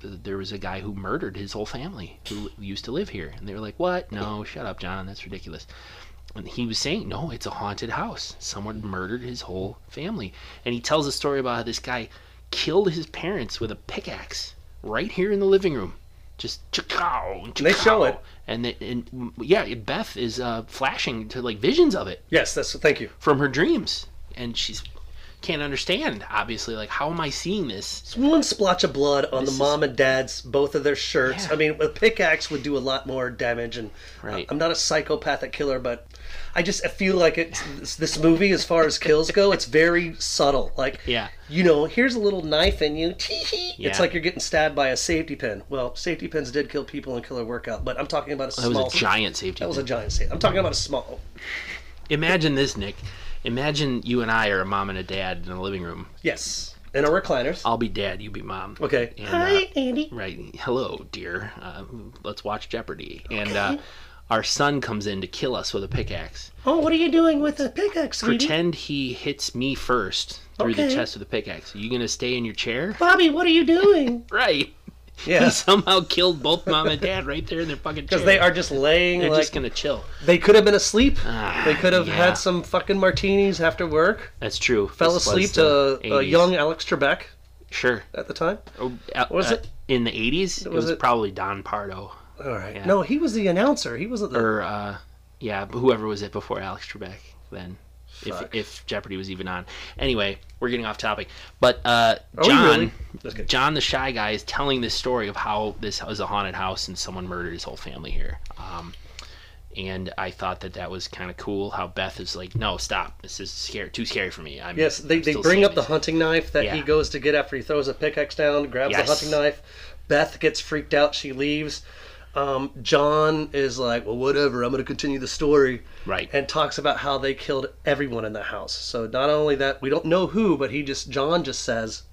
the there was a guy who murdered his whole family who used to live here, and they were like, "What? No, shut up, John. That's ridiculous." And he was saying, "No, it's a haunted house. Someone murdered his whole family." And he tells a story about how this guy killed his parents with a pickaxe right here in the living room. Just chow, They show it. and they, and mm, yeah, Beth is uh, flashing to like visions of it Yes, that's thank you. from her dreams, and she's can't understand. Obviously, like how am I seeing this? It's one splotch of blood on the mom and dad's both of their shirts. Yeah. I mean, a pickaxe would do a lot more damage. And I- Right. I'm not a psychopathic killer, but I just I feel like it's this- this movie, as far as kills go, it's very subtle. Like, Yeah. you know, here's a little knife in you. Yeah. It's like you're getting stabbed by a safety pin. Well, safety pins did kill people in Killer Workout, but I'm talking about a Oh, That was small. a giant safety. That was a pin. giant safety. I'm talking about a small. Imagine this, Nick. Imagine you and I are a mom and a dad in a living room. Yes, in our recliners. I'll be dad, you be mom. Okay. And, uh, Hi, Andy. Right. Hello, dear. Uh, let's watch Jeopardy. And uh, our son comes in to kill us with a pickaxe. Oh, what are you doing with the pickaxe, sweetie? Pretend he hits me first through the Okay. chest with a pickaxe. Are you going to stay in your chair? Bobby, what are you doing? Right. He Yeah, somehow killed both mom and dad right there in their fucking chair. because they are just laying They're like just going to chill. they could have been asleep. Ah, they could have yeah. had some fucking martinis after work. That's true. Fell This was asleep the to uh, 80s. young Alex Trebek Sure. at the time. Oh, uh, Was uh, it- in the 80s? It was, was it- probably Don Pardo. All right. No, he was the announcer. He wasn't the. Or, uh, yeah, but whoever was it before Alex Trebek then. If, Fuck. if Jeopardy was even on. Anyway, we're getting off topic. But uh, Are we John, Oh, really? Okay. John the shy guy, is telling this story of how this is a haunted house and someone murdered his whole family here. Um, and I thought that that was kind of cool. How Beth is like, no, stop. This is scary, too scary for me. I'm, Yes, they, I'm they still bring seeing up the this." hunting knife that he Yeah. goes to get after he throws a pickaxe down, grabs Yes. the hunting knife. Beth gets freaked out. She leaves. Um, John is like, well, whatever. I'm going to continue the story. Right. And talks about how they killed everyone in the house. So not only that, we don't know who, but he just John just says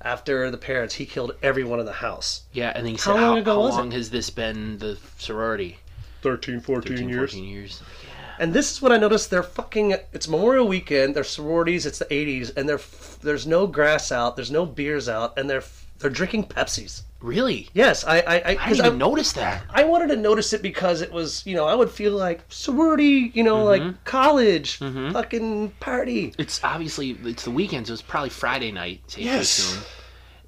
after the parents, he killed everyone in the house. Yeah, and then he said, long how, ago how was it?" long has this been the sorority? 13, 14, 13, years. 14 years. And this is what I noticed. They're fucking. It's Memorial Weekend. They're sororities. It's the '80s, and they're f- there's no grass out. There's no beers out, and they're f- they're drinking Pepsis. Really? Yes, I I I, I 'cause didn't I, even notice that. I wanted to notice it because it was you know I would feel like sorority, you know, like college, fucking party. It's obviously it's the weekend, so it's probably Friday night. Safe Yes. to assume.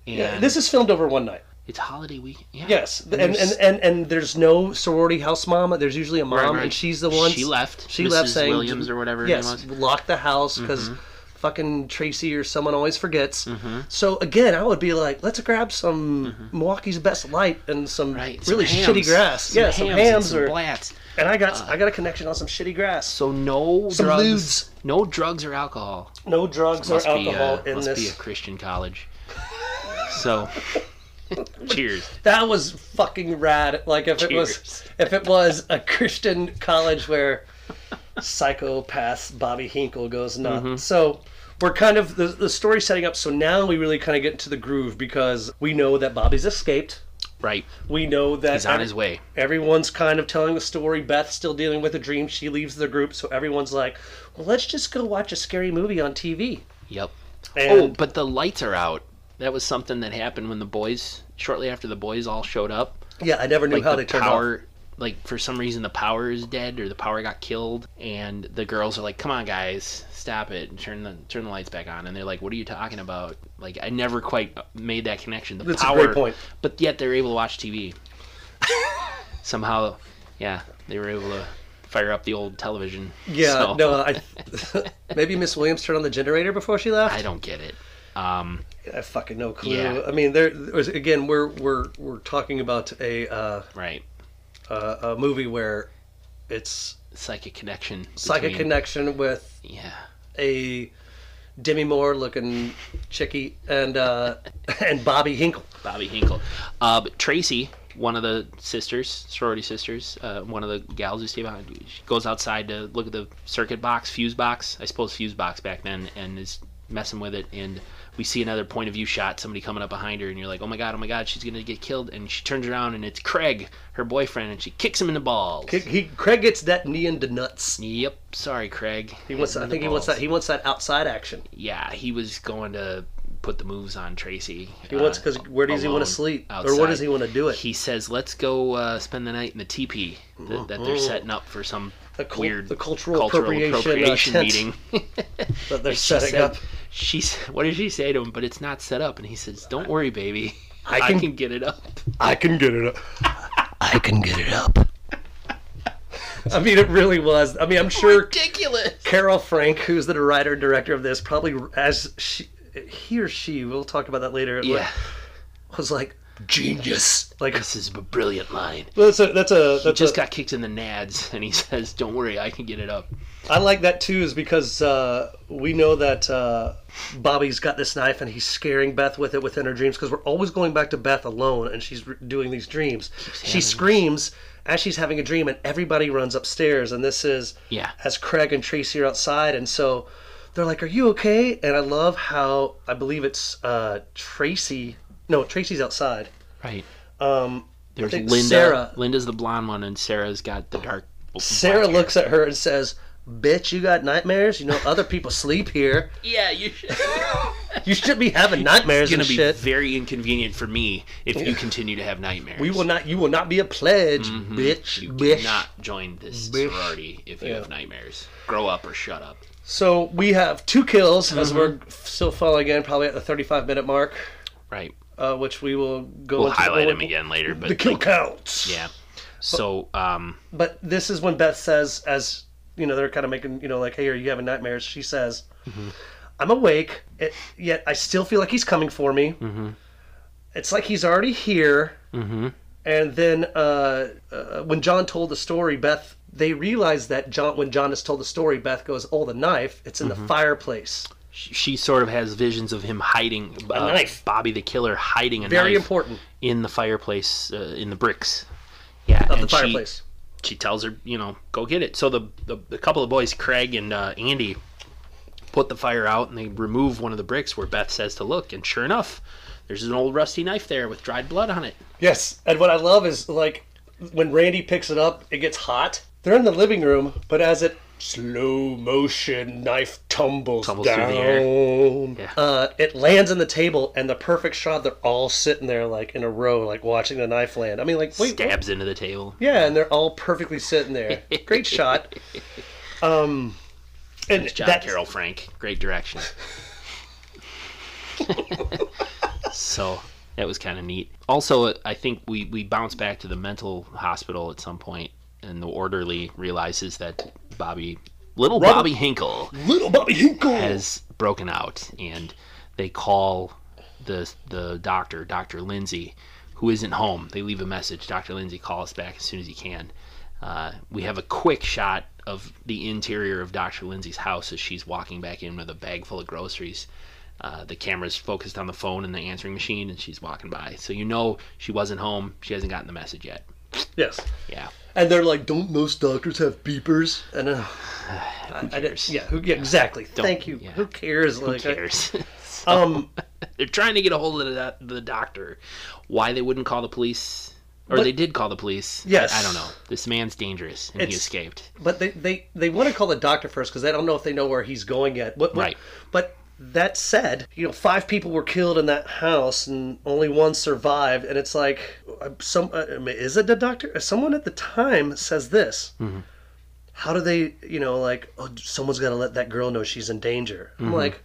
And Yeah, this is filmed over one night. it's holiday week. Yeah. Yes, and and, there's- and and there's no sorority house mama. There's usually a mom, right. and she's the one. She left. She Mrs. left saying Williams or whatever her name Yes, was. Mm-hmm. lock the house because fucking Tracy or someone always forgets. So again, I would be like, let's grab some Milwaukee's best light and some Mm-hmm. right. some really hams, shitty grass. Some yeah, hams some and hams some or blats. and I got I got a connection on some shitty grass. So no Some drugs. lewds. No drugs or alcohol. No drugs or Must be alcohol a, in must this. be a Christian college. so. Cheers. That was fucking rad. Like if it was Cheers. if it was a Christian college where psychopath Bobby Hinkle goes nuts. Mm-hmm. So we're kind of the, the story setting up. So now we really kind of get into the groove because we know that Bobby's escaped. Right. We know that He's on his way. everyone's kind of telling the story. Beth's still dealing with a dream. She leaves the group, so everyone's like, "Well, let's just go watch a scary movie on TV." Yep. And oh, but the lights are out. That was something that happened when the boys shortly after the boys all showed up. yeah, I never knew like how the they turned off. power like for some reason the power is dead or the power got killed and the girls are like come on guys stop it and turn the turn the lights back on and they're like what are you talking about like i never quite made that connection the That's a power great point. but yet they're able to watch tv somehow yeah they were able to fire up the old television Yeah, So, no, I maybe Miss Williams turned on the generator before she left. i don't get it um I fucking no clue. Yeah. I mean, there there was again. We're we're we're talking about a uh, right uh, a movie where it's psychic connection psychic between- connection with yeah a Demi Moore looking chickie and uh, and Bobby Hinkle. Bobby Hinkle. Uh, but Tracy, one of the sisters, sorority sisters, uh, one of the gals who stay behind, she goes outside to look at the circuit box, fuse box, I suppose fuse box back then, and is messing with it. And we see another point of view shot, somebody coming up behind her, and you're like, oh my god, oh my god, she's going to get killed. And she turns around, and it's Craig, her boyfriend, and she kicks him in the balls. He, he Craig gets that knee into nuts. Yep, sorry, Craig. He wants. I think he wants that. He wants that outside action. yeah, he was going to put the moves on Tracy. uh, He wants because where does he want to sleep or where does he want to do it? He says, "Let's go uh, spend the night in the teepee that, that they're setting up for some Mm-hmm. The cul- weird the cultural appropriation, uh, tent. meeting." That they're She setting said- up. She said, "What did she say to him?" But it's not set up, and he says, "Don't worry, baby, I I can, can- get it up." I can get it up. I can get it up. I mean, it really was. I mean, I'm sure Ridiculous. Carol Frank, who's the writer and director of this, probably as she, he or she, we'll talk about that later. Yeah. was like, Genius. like This is a brilliant line. that's a that's a He that's just a- got kicked in the nads, and he says, "Don't worry, I can get it up." I like that too, is because uh, we know that uh, Bobby's got this knife and he's scaring Beth with it within her dreams because we're always going back to Beth alone and she's re- doing these dreams. She screams as she's having a dream and everybody runs upstairs. And this is Yeah. as Craig and Tracy are outside. And so they're like, Are you okay? And I love how I believe it's uh, Tracy. No, Tracy's outside. Right. Um, There's think Linda. Sarah- Linda's the blonde one, and Sarah's got the dark. Sarah black hair. looks at her and says, Bitch, you got nightmares? You know, other people sleep here. Yeah, you should. You should be having nightmares It's gonna and be shit. very inconvenient for me if you continue to have nightmares. we will not. You will not be a pledge, bitch, Mm-hmm. You bitch. cannot join this Bish. sorority if you have nightmares. Grow up or shut up. So we have two kills as Mm-hmm. we're still falling in, probably at the 35 minute mark, Right. uh, which we will go. We'll into- highlight we'll- them again later, but The kill like, counts. yeah. So, um, But this is when Beth says, as you know, they're kind of making you know, like, "Hey, are you having nightmares?" She says, Mm-hmm. "I'm awake, it, yet I still feel like he's coming for me. Mm-hmm. It's like he's already here." And then uh, uh, when John told the story, Beth they realized that John when John has told the story, Beth goes, "Oh, the knife! It's in Mm-hmm. the fireplace." she, she sort of has visions of him hiding uh, knife. Bobby the killer hiding a Very knife important in the fireplace, uh, in the bricks. Yeah, of the and she- fireplace. she tells her, you know, go get it. So the the, the couple of boys, Craig and uh, Andy, put the fire out and they remove one of the bricks where Beth says to look, and sure enough, there's an old rusty knife there with dried blood on it. Yes, and what I love is like when Randy picks it up, it gets hot. They're in the living room, but as it slow motion knife tumbles, Tumbles through down, the Yeah. uh, it lands on the table, and the perfect shot. They're all sitting there like in a row, like watching the knife land. I mean, like wait, what? Stabs into the table. yeah, and they're all perfectly sitting there. Great shot. Um, and Nice job, that Carol Frank. Great direction. so that was kind of neat. Also, I think we we bounce back to the mental hospital at some point, and the orderly realizes that Bobby, little Bobby Hinkle, little Bobby Hinkle. has broken out, and they call the the doctor, Doctor Lindsay, who isn't home. They leave a message. Doctor Lindsay calls back as soon as he can. Uh, we have a quick shot of the interior of Doctor Lindsay's house as she's walking back in with a bag full of groceries. Uh, the camera's focused on the phone and the answering machine, and she's walking by. So you know she wasn't home. She hasn't gotten the message yet. yes, Yeah. and they're like, don't most doctors have beepers? And uh, I- I didn't- cares? yeah, who, yeah, exactly. Thank you. yeah. Who cares? Who like, I- cares? um, They're trying to get a hold of the, the doctor. Why they wouldn't call the police? Or But- they did call the police. I- Yes. I, don't know. This man's dangerous, and he It's- escaped. but they, they, they want to call the doctor first because I don't know if they know where he's going yet. What, what- Right. But that said, you know, five people were killed in that house and only one survived. And it's like, uh, some uh, I mean, is it the doctor? Uh, Someone at the time says this. Mm-hmm. How do they, you know, like, oh, someone's got to let that girl know she's in danger. Mm-hmm. I'm like,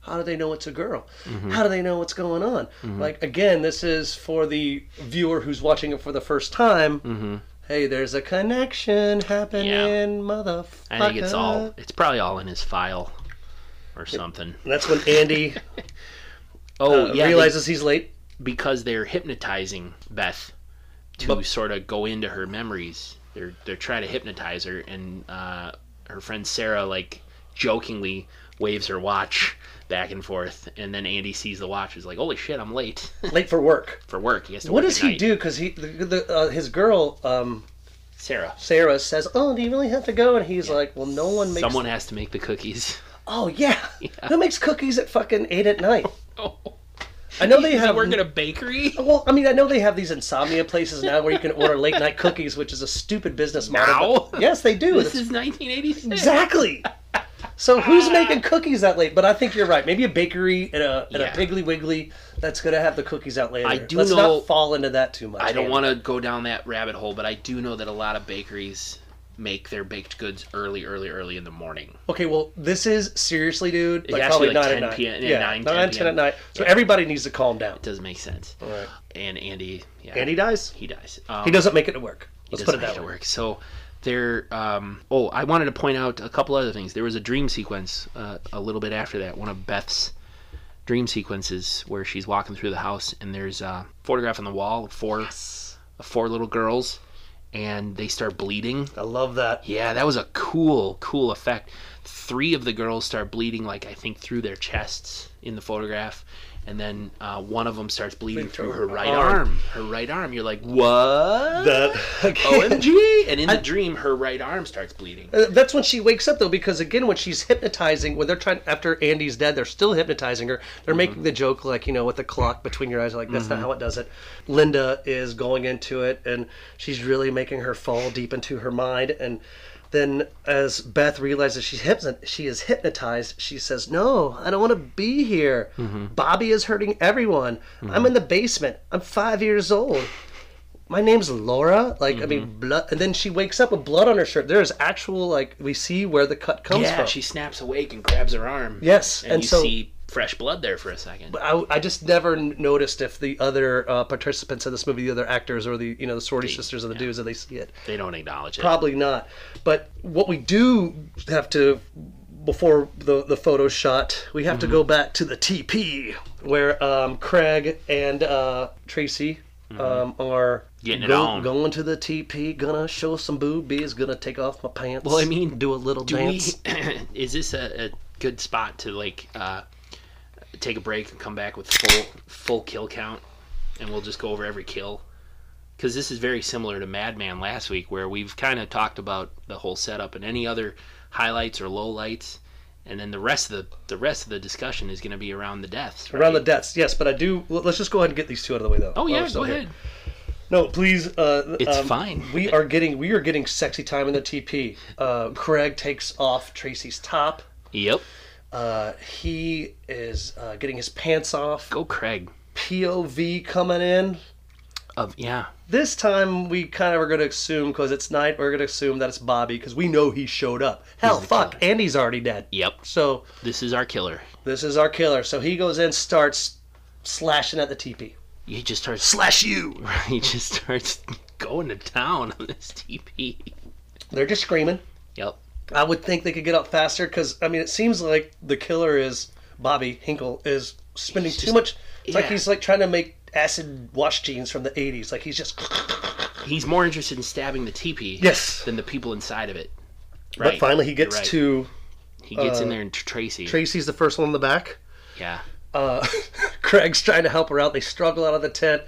how do they know it's a girl? How do they know what's going on? Mm-hmm. Like, again, this is for the viewer who's watching it for the first time. Mm-hmm. Hey, there's a connection happening, Yeah. motherfucker. I think it's all. It's probably all in his file, or something. And that's when Andy Oh uh, yeah, they- realizes he's late. because they're hypnotizing Beth to sort of go into her memories. They're they're trying to hypnotize her, and uh, her friend Sarah like jokingly waves her watch back and forth, and then Andy sees the watch. Is like, holy shit, I'm late Late for work. for work. He has to What work does at he night. do? Because he, the, the, uh, his girl, um, Sarah. Sarah, says, "Oh, do you really have to go?" And he's like, "Well, no one makes. Someone has to make the cookies. Oh yeah. who makes cookies at fucking eight at night? Oh, I know they have. oh, work at a bakery. Well, I mean, I know they have these insomnia places now where you can order late night cookies, which is a stupid business model. but- Now? Yes, they do. This That's- is 1986. exactly. So who's making cookies that late? But I think you're right. Maybe a bakery and a and Yeah. a Piggly Wiggly that's gonna have the cookies out later. I do Let's know- not fall into that too much. I don't Andy. want to go down that rabbit hole, but I do know that a lot of bakeries make their baked goods early, early, early in the morning. Okay, well, this is seriously, dude. Like, has to probably be, like, nine 10 at night. PM, yeah, 9, 10 nine, 10 PM. at night. So everybody needs to calm down. Doesn't make sense. Right. And Andy, yeah, And he dies. he dies. Um, He doesn't make it to work. Let's put it doesn't that make way. work. So there um, oh i wanted to point out a couple other things there was a dream sequence uh, a little bit after that one of beth's dream sequences where she's walking through the house and there's a photograph on the wall of four of four little girls and they start bleeding I love that. yeah that was a cool cool effect three of the girls start bleeding like i think through their chests in the photograph and then uh, one of them starts bleeding through her right arm. arm her right arm you're like what That Oh, again. OMG! And in the dream, her right arm starts bleeding. Uh, That's when she wakes up though, because again, when she's hypnotizing, when they're trying after Andy's dead, they're still hypnotizing her. They're making the joke like you know, with the clock between your eyes, like that's not how it does it. Linda is going into it, and she's really making her fall deep into her mind. And then, as Beth realizes she's hypno- she is hypnotized, she says, "No, I don't want to be here. Bobby is hurting everyone. I'm in the basement. I'm five years old." my name's Laura. Like, I mean, Mm-hmm. blood. And then she wakes up with blood on her shirt. There is actual, like, we see where the cut comes Yeah, from. she snaps awake and grabs her arm. Yes, and, and you so- see fresh blood there for a second. I, I just never n- noticed if the other uh, participants in this movie, the other actors or the, you know, the sorority sisters or the dudes, that they see it. They don't acknowledge it. Probably not. But what we do have to, before the, the photo shot, we have Mm-hmm. to go back to the TP where um, Craig and uh, Tracy. Um, are Mm-hmm. Getting it go- on. going to the TP, gonna show some boobies, gonna take off my pants. Well, I mean, do a little Do we? dance. is this a, a good spot to like uh, take a break and come back with full full kill count, and we'll just go over every kill? Because this is very similar to Madman last week, where we've kind of talked about the whole setup and any other highlights or lowlights, and then the rest of the the rest of the discussion is going to be around the deaths. Right? Around the deaths, yes, but I do. well, Let's just go ahead and get these two out of the way, though. Oh while yeah, we're go still here. ahead. No, please. Uh, It's um, fine. We are getting we are getting sexy time in the TP. Uh, Craig takes off Tracy's top. Yep. Uh, he is uh, getting his pants off. Go Craig. POV coming in. Of yeah. This time we kind of are going to assume because it's night. We're going to assume that it's Bobby because we know he showed up. Hell, fuck, Andy's already dead. Yep. So This is our killer. this is our killer. So he goes in, starts slashing at the TP. He just starts Slash you. he just starts going to town on this TP. They're just screaming. Yep. I would think they could get up faster because I mean it seems like the killer is Bobby Hinkle is spending too much. It's like yeah. he's like trying to make acid wash jeans from the '80s. Like he's just He's more interested in stabbing the TP yes. than the people inside of it. But Uh, finally he gets right. to He gets in there and tr- Tracy. Tracy's the first one in the back. yeah. Uh, Craig's trying to help her out. They struggle out of the tent,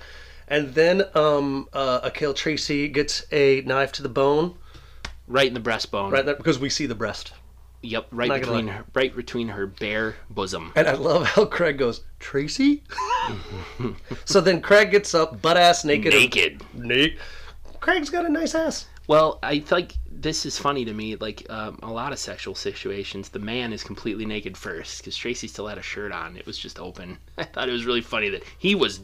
and then um, uh, Akil Tracy gets a knife to the bone Right in the breastbone. right there because we see the breast. Yep. Right Not gonna between lie. her, right between her bare bosom. And I love how Craig goes Tracy. so then Craig gets up, butt ass naked, and Naked. Nate. Craig's got a nice ass. Well, I think this is funny to me. Like um, a lot of sexual situations, the man is completely naked first because Tracy still had a shirt on. It was just open. I thought it was really funny that he was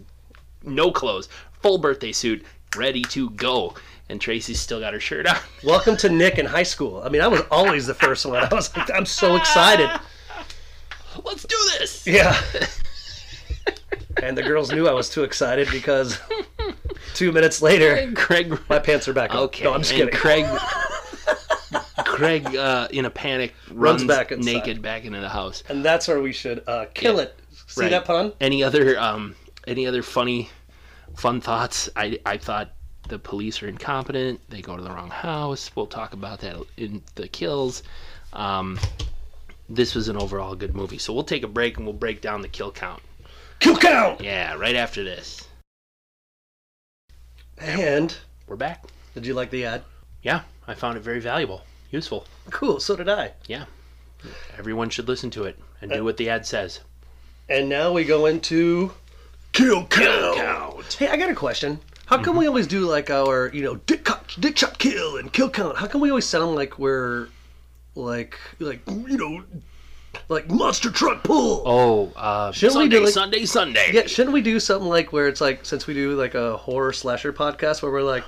no clothes, full birthday suit, ready to go, and Tracy's still got her shirt on. Welcome to Nick in high school. I mean, I was always the first one. I was like, I'm so excited. Let's do this. Yeah. And the girls knew I was too excited because two minutes later, Craig. my pants are back up. Okay. No, I'm just and kidding. Craig. Craig, uh, in a panic, runs, back inside. naked back into the house. and that's where we should uh, kill it. See Right. that pun? Any other um any other funny fun thoughts? I I thought the police are incompetent. They go to the wrong house. We'll talk about that in the kills. Um this was an overall good movie. So we'll take a break and we'll break down the kill count. Kill count. Yeah, right after this. And We're back. did you like the ad? Yeah, I found it very valuable, useful. Cool. So did I. Yeah. Everyone should listen to it and do what the ad says. And now we go into kill count. Count. Mm-hmm. Hey, I got a question. How come we always do like our, you know, dick cock, dick shot kill and kill count? How come we always sound like we're like like you know like monster truck pull? Oh, uh, Shouldn't we Sunday, do, like- Sunday, Sunday. Yeah, shouldn't we do something like where it's like since we do like a horror slasher podcast where we're like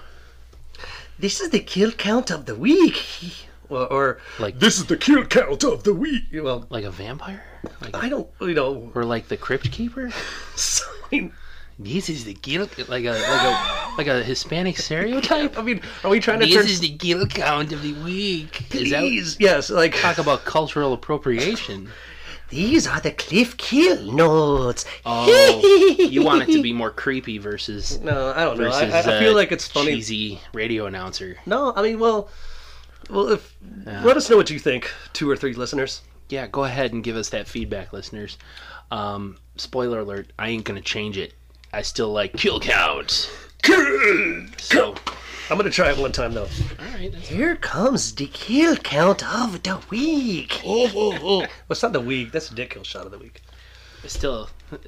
this is the kill count of the week or, or Like- this is the kill count of the week. Well, Like a vampire? Like, I don't, you know, or like the Crypt Keeper? something This is the guilt, like a like a like a Hispanic stereotype. I mean, are we trying to this turn? is the guilt count of the week. Is that- Uh, Please, yes, like talk about cultural appropriation? these are the Cliff Kill notes. Oh, you want it to be more creepy versus No, I don't know. versus I, I- I feel uh, like it's funny. cheesy radio announcer. No, I mean, well, well, if let us know what you think, two or three listeners. Yeah, go ahead and give us that feedback, listeners. Um, spoiler alert: I ain't gonna change it. I still like kill count. So, I'm gonna try it one time though. all right, that's Here comes the kill count of the week. well, it's not the week. That's the dick kill shot of the week. it's still All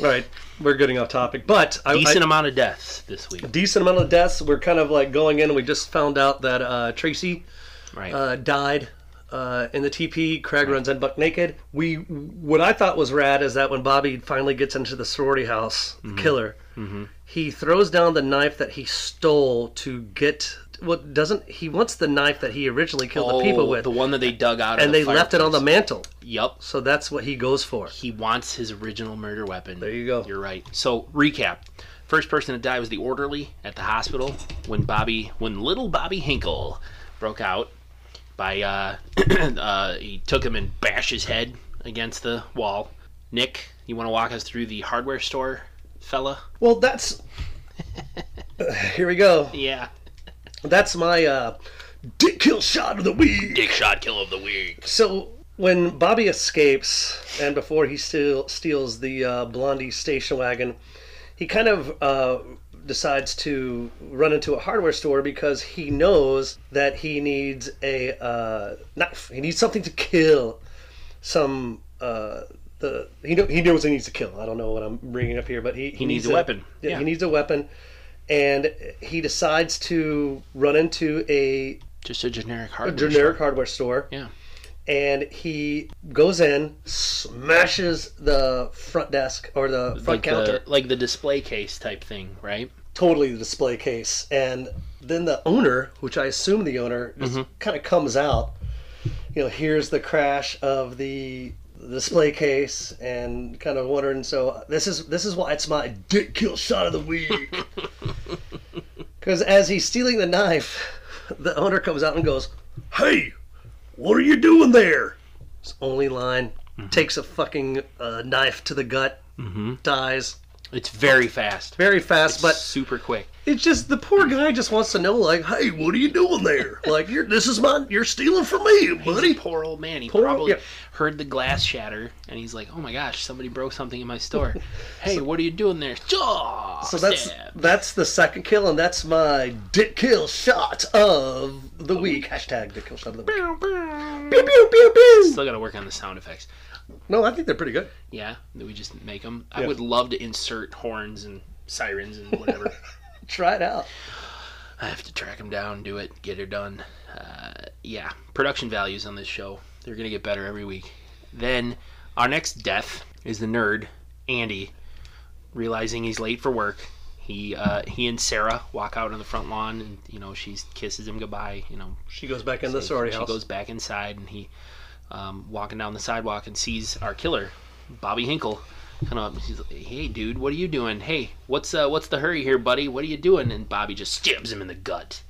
right, we're getting off topic, but I, decent I, amount of deaths this week, decent amount of deaths. We're kind of like going in. We just found out that uh, Tracy right? uh, died uh, in the TP. Craig runs in buck naked. We what I thought was rad is that when Bobby finally gets into the sorority house, Mm-hmm. the killer, he throws down the knife that he stole to get. Well, doesn't he wants the knife that he originally killed the people with, Oh, the one that they dug out, of and the they left it on the fireplace. mantle. Yup. So that's what he goes for. He wants his original murder weapon. There you go. You're right. So recap: first person to die was the orderly at the hospital when Bobby, when little Bobby Hinkle broke out. By uh, uh, he took him and bashed his head against the wall. Nick, you want to walk us through the hardware store, fella? Well, that's uh, here we go. Yeah. That's my uh, dick kill shot of the week. Dick shot kill of the week. So when Bobby escapes, and before he steal, steals the uh, Blondie station wagon, he kind of uh, decides to run into a hardware store because he knows that he needs a uh, knife. He needs something to kill some. Uh, the, he, know, he knows he needs to kill. I don't know what I'm bringing up here, but he, he, needs a weapon. Yeah, Yeah. he needs a weapon, and he decides to run into a Just a generic hardware. generic hardware store Yeah. and he goes in, smashes the front desk or the front Like counter, the, like the display case type thing, right? totally the display case, and then the owner, which I assume the owner, just kind of comes out. You know, hears the crash of the the display case and kind of wondering. So this is this is why it's my dick kill shot of the week. Because as he's stealing the knife, the owner comes out and goes, "Hey, what are you doing there?" His only line takes a fucking uh, knife to the gut, dies It's very fast, very fast, but super quick. it's just the poor guy just wants to know, like, hey, what are you doing there? Like, you're this is my you're stealing from me, buddy. Poor old man. He Poor- probably yeah. heard the glass shatter, and he's like, "Oh my gosh, somebody broke something in my store. hey, what are you doing there?" So that's that's the second kill, and that's my dick kill shot of the week. Hashtag dick kill shot of the week. Pew, pew, pew, pew. Still got to work on the sound effects. No, I think they're pretty good. Yeah, we just make them. I Yeah. would love to insert horns and sirens and whatever. Try it out. I have to track them down, do it, get it done. Uh, yeah, production values on this show they're gonna get better every week. Then our next death is the nerd Andy, realizing he's late for work. He uh, he and Sarah walk out on the front lawn, and you know she kisses him goodbye. You know She goes back in the safe. sorority she house. goes back inside, and he um, walking down the sidewalk and sees our killer, Bobby Hinkle. Kind of, he's like, "Hey, dude, what are you doing? Hey, what's uh, what's the hurry here, buddy? What are you doing?" And Bobby just stabs him in the gut.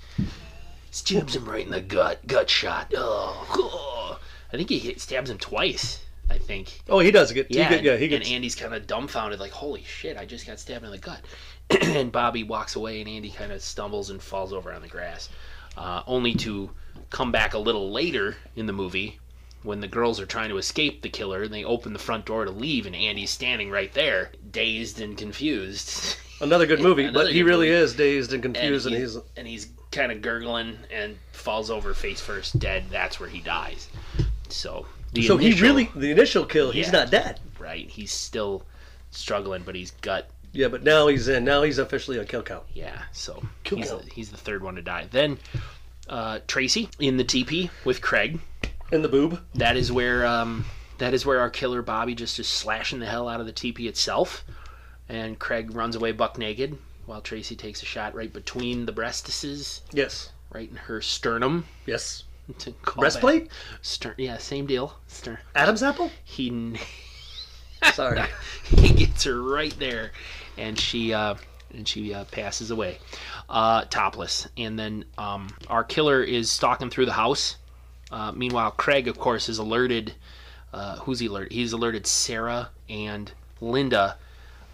Stabs him right in the gut. Gut shot. Oh, oh. I think he hit, stabs him twice. I think. oh, he does get. Yeah, he get, yeah, he and, gets. and Andy's kind of dumbfounded, like, "Holy shit! I just got stabbed in the gut." and Bobby walks away, and Andy kind of stumbles and falls over on the grass, uh, only to come back a little later in the movie when the girls are trying to escape the killer, and they open the front door to leave, and Andy's standing right there, dazed and confused. another good movie, another but he good really movie. is dazed and confused, and he's. and he's kind of gurgling and falls over face first, dead. That's where he dies. So. The So he initial- really the initial kill. He's Yeah. not dead. right. He's still struggling, but he's gut Yeah, but now he's in. Now he's officially on kill count. Yeah, so Cool. he's the, he's the third one to die. Then uh, Tracy in the teepee with Craig. In the boob. That is where um, that is where our killer Bobby just is slashing the hell out of the teepee itself, and Craig runs away buck naked while Tracy takes a shot right between the breastises, Yes. right in her sternum. Yes. To call back- Breastplate. Stern. Yeah, same deal. Stern. Adam's apple. He. n- Sorry. he gets her right there, and she uh, and she uh, passes away, uh, topless. And then um, our killer is stalking through the house. Uh, meanwhile, Craig, of course, is alerted. Uh, who's he alerted? He's alerted Sarah and Linda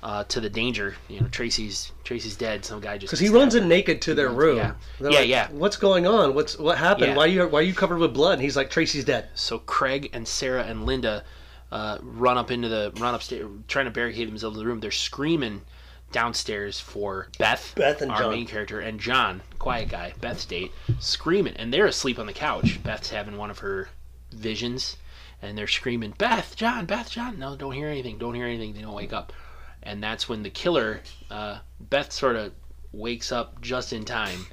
uh, to the danger. You know, Tracy's Tracy's dead. Some guy just Because he runs in naked to their room. yeah. They're Yeah, like, yeah. What's going on? What's what happened? Yeah. Why you why are you covered with blood? And he's like, Tracy's dead. So Craig and Sarah and Linda uh, run up into the run upstairs, trying to barricade themselves in the room. They're screaming downstairs for Beth, Beth and our John. main character, and John, quiet guy, Beth's date, screaming, and they're asleep on the couch. Beth's having one of her visions, and they're screaming, "Beth, John, Beth, John!" No, don't hear anything. Don't hear anything. They don't wake up, and that's when the killer, uh, Beth, sort of wakes up just in time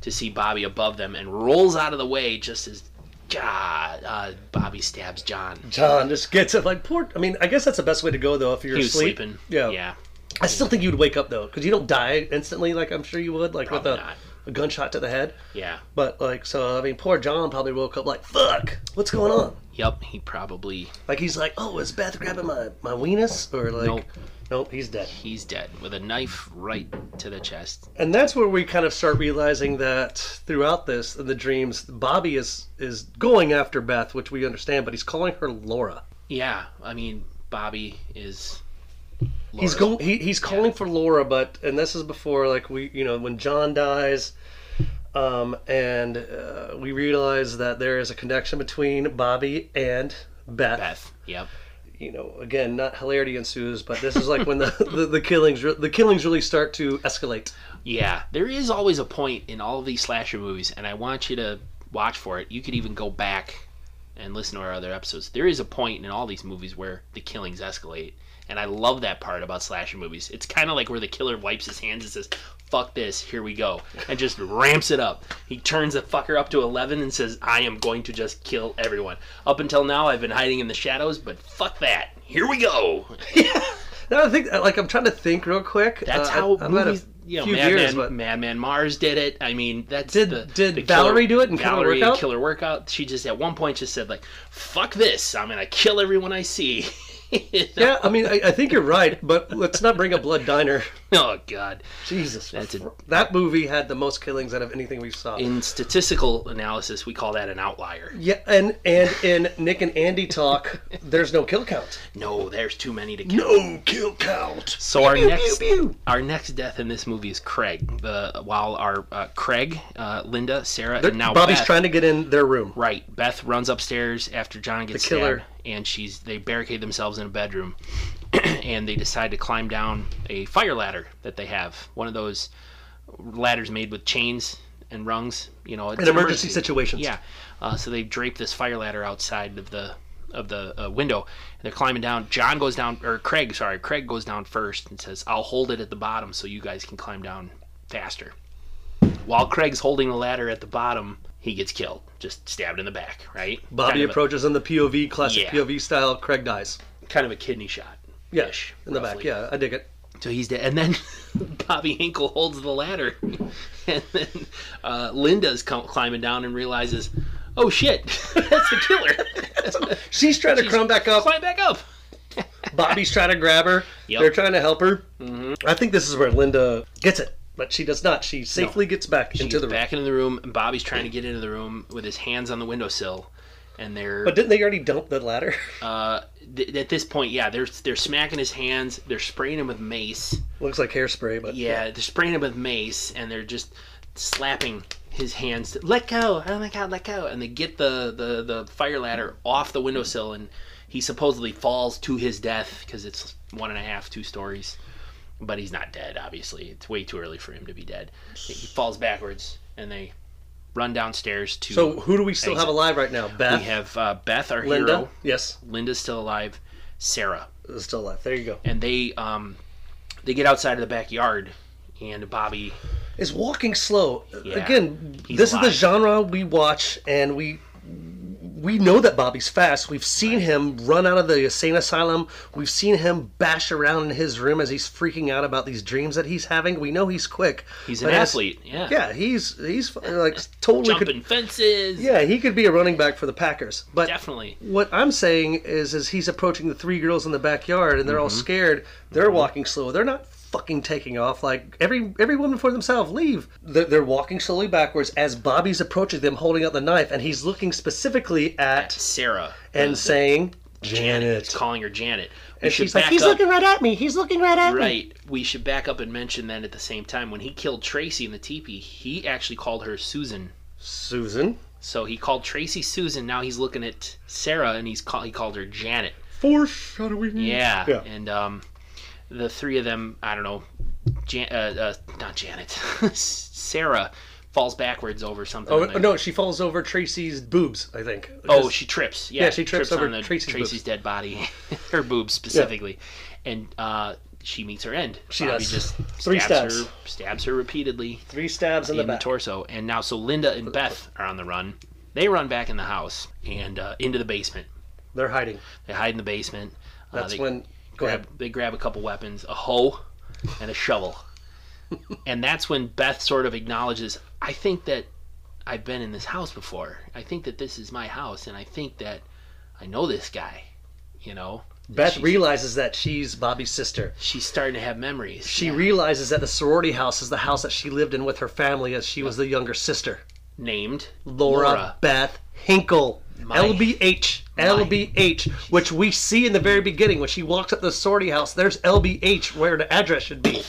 to see Bobby above them and rolls out of the way just as God, uh, Bobby stabs John. John just gets it like poor. I mean, I guess that's the best way to go though if you're He was asleep. sleeping. Yeah. yeah. I still think you'd wake up though because you don't die instantly like I'm sure you would like Probably with a, not. a gunshot to the head. Yeah. But like so, I mean, poor John probably woke up like, fuck, what's going on? Yep. He probably Like he's like, oh, is Beth grabbing my my weenus or like? Nope. Nope, he's dead. he's dead with a knife right to the chest. And that's where we kind of start realizing that throughout this, in the dreams, Bobby is is going after Beth, which we understand, but he's calling her Laura. Yeah. I mean, Bobby is. He's Laura's- going. He, he's calling for Laura, but and this is before like we you know when John dies, um, and uh, we realize that there is a connection between Bobby and Beth. Beth. Yep. You know, again, not hilarity ensues, but this is like when the, the, the killings re- the killings really start to escalate. Yeah, there is always a point in all of these slasher movies, and I want you to watch for it. You could even go back and listen to our other episodes. There is a point in all these movies where the killings escalate, and I love that part about slasher movies. It's kind of like where the killer wipes his hands and says, "Fuck this, here we go," and just ramps it up. He turns the fucker up to eleven and says, "I am going to just kill everyone." Up until now, I've been hiding in the shadows, but fuck that, here we go. Now I think like I'm trying to think real quick. That's Uh, how I- I'm at a movies, you know, few Madman years, but- Madman Mars did it. I mean, that's Did- the, did the Valerie do it in Killer Valerie in Workout? Killer Workout. She just at one point just said like, "Fuck this! I'm gonna kill everyone I see." yeah, I mean, I, I think you're right, but let's not bring up Blood Diner. oh God! Jesus, That's a- that movie had the most killings out of anything we saw. In statistical analysis, we call that an outlier. yeah, and and in Nick and Andy talk, there's no kill count. No, there's too many to count. No kill count. So our Pew, next pew, pew. our next death in this movie is Craig. Uh, while our uh, Craig, uh, Linda, Sarah, and now Bobby's Beth- trying to get in their room. Right. Beth runs upstairs after John gets killer. stabbed, and she's they barricade themselves in a bedroom, and they decide to climb down a fire ladder that they have. One of those ladders made with chains and rungs. You know, it's In emergency situations. Yeah. Uh, so they drape this fire ladder outside of the of the uh, window. And they're climbing down. John goes down, or Craig, sorry, Craig goes down first and says, "I'll hold it at the bottom so you guys can climb down faster." While Craig's holding the ladder at the bottom, he gets killed, just stabbed in the back. Right. Bobby kind of approaches in the POV, classic Yeah. POV style. Craig dies. a, kind of a kidney shot. Yeah, Ish, in the back. roughly. Yeah, I dig it. So he's dead. And then Bobby Hinkle holds the ladder. And then uh, Linda's com- climbing down and realizes, oh shit, that's the killer. She's trying to crumb back up. Climb back up. Bobby's trying to grab her. Yep. They're trying to help her. Mm-hmm. I think this is where Linda gets it, but she does not. She safely gets back She's into the room. back into the room, and Bobby's trying to get into the room with his hands on the windowsill. And they're But didn't they already dump the ladder? uh, th- at this point, yeah, they're they're smacking his hands. They're spraying him with mace. Looks like hairspray, but Yeah, they're spraying him with mace, and they're just slapping his hands. To, let go! Oh my god, let go! And they get the the the fire ladder off the windowsill, and he supposedly falls to his death because it's one and a half, two stories. But he's not dead, obviously. It's way too early for him to be dead. He falls backwards, and they run downstairs to. So who do we still have alive right now? Beth, we have uh, Beth, our Linda. hero. Yes, Linda's still alive. Sarah, is still alive. There you go. and they um, they get outside of the backyard, and Bobby Is walking slow Yeah. again? He's this is alive. the genre we watch, and we we know that Bobby's fast. We've seen him run out of the insane asylum. We've seen him bash around in his room as he's freaking out about these dreams that he's having. We know he's quick. He's an But as- athlete, yeah. Yeah, he's he's like totally could Jumping fences. yeah, he could be a running back for the Packers. But Definitely. what I'm saying is is he's approaching the three girls in the backyard and they're all Mm-hmm. scared. They're walking slow. They're not fucking taking off like every every woman for themselves leave they're, they're walking slowly backwards as bobby's approaching them holding out the knife and he's looking specifically at Sarah. and saying Janet. janet Calling her Janet. We and should she's like back he's up. looking right at me he's looking right at me Right. We should back up and mention then at the same time when he killed Tracy in the teepee, he actually called her Susan. susan So he called Tracy Susan. Now he's looking at Sarah, and he's call, he called her Janet. foreshadowing Yeah. Mm-hmm. Yeah. And um, the three of them, I don't know, Jan- uh, uh, not Janet, Sarah falls backwards over something. oh and I- no she falls over tracy's boobs i think Oh, she trips. Yeah, Yeah, she trips over on the, Tracy's Tracy's, boobs. dead body, her boobs specifically, and uh, she meets her end. She Bobby does. just Three stabs stabs. her, stabs her repeatedly three stabs in the in the back torso, and now so Linda and Beth are on the run. They run back in the house and uh, into the basement. they're hiding They hide in the basement. Uh, that's they when go ahead grab they grab a couple weapons, a hoe, and a shovel, and that's when Beth sort of acknowledges, "I think that I've been in this house before. I think that this is my house, and I think that I know this guy." You know, Beth She's- realizes that she's Bobby's sister. she's starting to have memories. She realizes that the sorority house is the house that she lived in with her family as she was the younger sister. named Laura, Laura. Beth Hinkle. My- LBH. LBH, which we see in the very beginning when she walks up the sorority house. There's LBH where the address should be.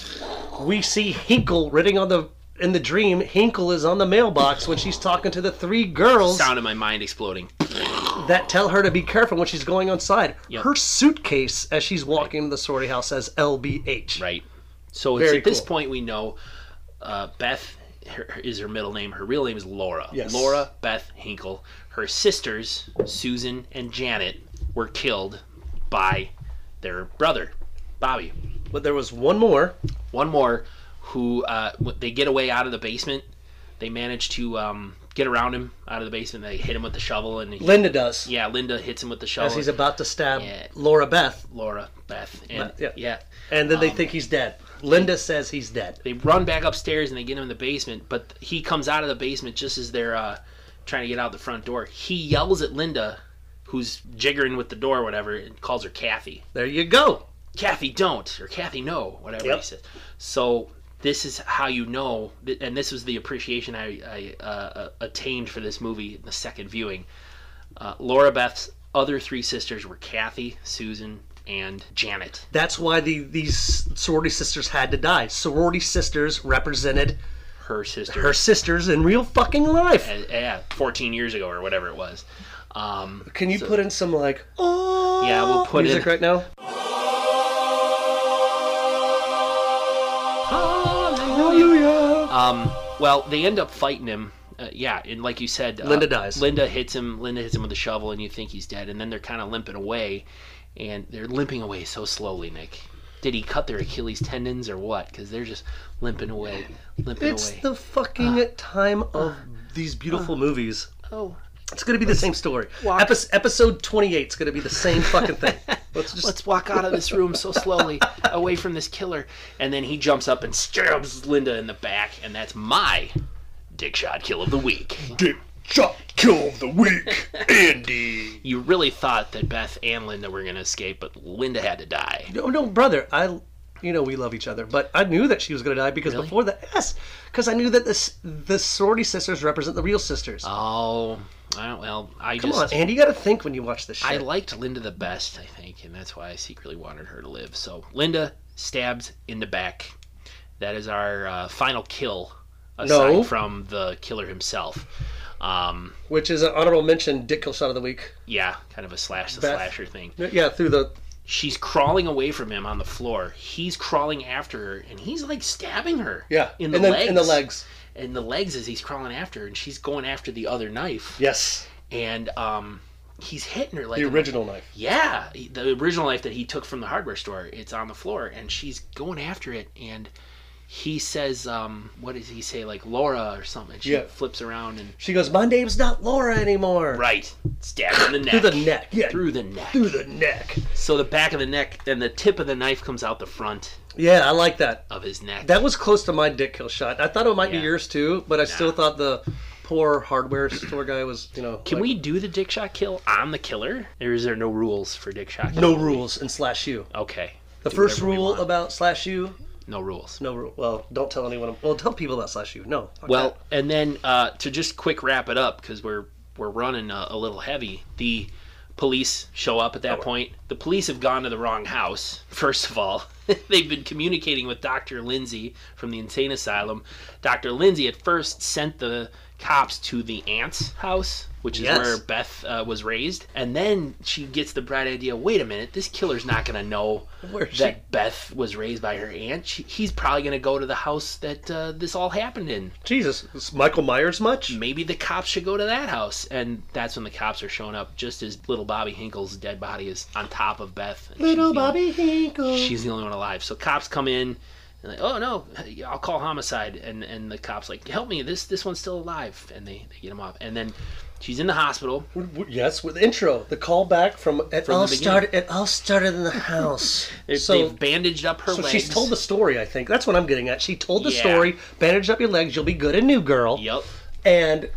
We see Hinkle written on the in the dream. Hinkle is on the mailbox when she's talking to the three girls Sound of my mind exploding. that tell her to be careful when she's going outside. Yep. Her suitcase as she's walking into the sorority house says LBH. Right. So it's Very at this cool. point we know uh, Beth her, her- is her middle name. Her real name is Laura. Yes. Laura Beth Hinkle. Her sisters Susan and Janet were killed by their brother Bobby. But there was one more. One more who uh, w- they get away out of the basement. They manage to um, get around him out of the basement. They hit him with the shovel and he, Linda does. yeah, Linda hits him with the shovel. As he's about to stab Yeah. Laura Beth, Laura Beth and Beth, yeah. yeah. and then they Oh, think he's dead. Linda says he's dead. they run back upstairs and they get him in the basement but he comes out of the basement just as they're uh, trying to get out the front door he yells at linda who's jiggering with the door or whatever and calls her kathy There you go. kathy don't or kathy no whatever Yep. he says so this is how you know th- and this was the appreciation i, I uh, uh, attained for this movie in the second viewing uh, laura beth's other three sisters were kathy susan and janet That's why the these sorority sisters had to die. Sorority sisters represented her sister her sisters in real fucking life. uh, yeah, 14 years ago or whatever it was. Um, Can you put in some like oh Yeah, we'll put music in- right now? Hallelujah. um, well, they end up fighting him. Uh, yeah, and like you said, uh, Linda dies. Linda hits him. Linda hits him with a shovel, and you think he's dead. And then they're kind of limping away, and they're limping away so slowly. Nick, did he cut their Achilles tendons or what? Because they're just limping away, limping It's away. Uh, the fucking time of these beautiful movies. oh, It's gonna be the same story. walk- Epis episode twenty eight's gonna be the same fucking thing. Let's just let's walk out of this room so slowly, away from this killer. And then he jumps up and stabs Linda in the back, and that's my dick shot kill of the week. Dick Shot Kill of the Week, Andy. you really thought that Beth and Linda were going to escape, but Linda had to die. No, no, brother. I, you know, we love each other, but I knew that she was gonna die because before that, yes, because I knew that this the sorority sisters represent the real sisters. Oh, I, well, I Come on, just Andy. You gotta think when you watch this I shit. liked Linda the best, I think, and that's why I secretly wanted her to live. So Linda stabbed in the back. That is our uh, final kill, aside No. from the killer himself. Um, Which is an honorable mention. Dick Kill Shot of the Week. yeah, kind of a slash the Beth. slasher thing. Yeah, through the She's crawling away from him on the floor. He's crawling after her, and he's like stabbing her. yeah in the and then, legs. in the legs. and the legs as he's crawling after her, and she's going after the other knife Yes, and um he's hitting her like the original knife. yeah he- the original knife that he took from the hardware store it's on the floor and she's going after it and he says, um, what does he say? Like Laura or something. She Yeah. flips around and She goes, My name's not Laura anymore. right, stab in the neck. Through the neck. Yeah. Through the neck. Through the neck. So the back of the neck, then the tip of the knife comes out the front Yeah, I like that. of his neck. That was close to my dick kill shot. I thought it might Yeah. be yours too, but I still thought the poor hardware store guy was, you know. Can like, we do the dick shot kill on the killer? Or is there no rules for dick shot kill? No rules in Slash U. Okay. The Do first whatever we rule want. about Slash U, No rules. no rule. Well, don't tell anyone. Well, tell people about Slash U. No. fuck Well, that. and then uh, to just quick wrap it up because we're we're running a, a little heavy. The police show up Oh, at that point. The police have gone to the wrong house. First of all, they've been communicating with Dr. Lindsay from the insane asylum. Dr. Lindsay at first sent the cops to the aunt's house, which is Yes. where Beth uh, was raised, and then she gets the bright idea. Wait a minute, this killer's not gonna know Where she- that Beth was raised by her aunt. She, he's probably gonna go to the house that uh, this all happened in Jesus, is Michael Myers much? maybe the cops should go to that house. And that's when the cops are showing up, just as little Bobby Hinkle's dead body is on top of Beth. and she's the only- Hinkle. she's the only one alive. So cops come in. And like, oh no, I'll call homicide, and and the cops like, help me, this this one's still alive, and they, they get him off, and then she's in the hospital. Yes, with the intro, the callback from it From the all beginning. started. It all started in the house. They, so, have bandaged up her so legs. she's told the story. I think that's what I'm getting at. She told the Yeah. story. Bandage up your legs. You'll be good, a new girl. Yep, And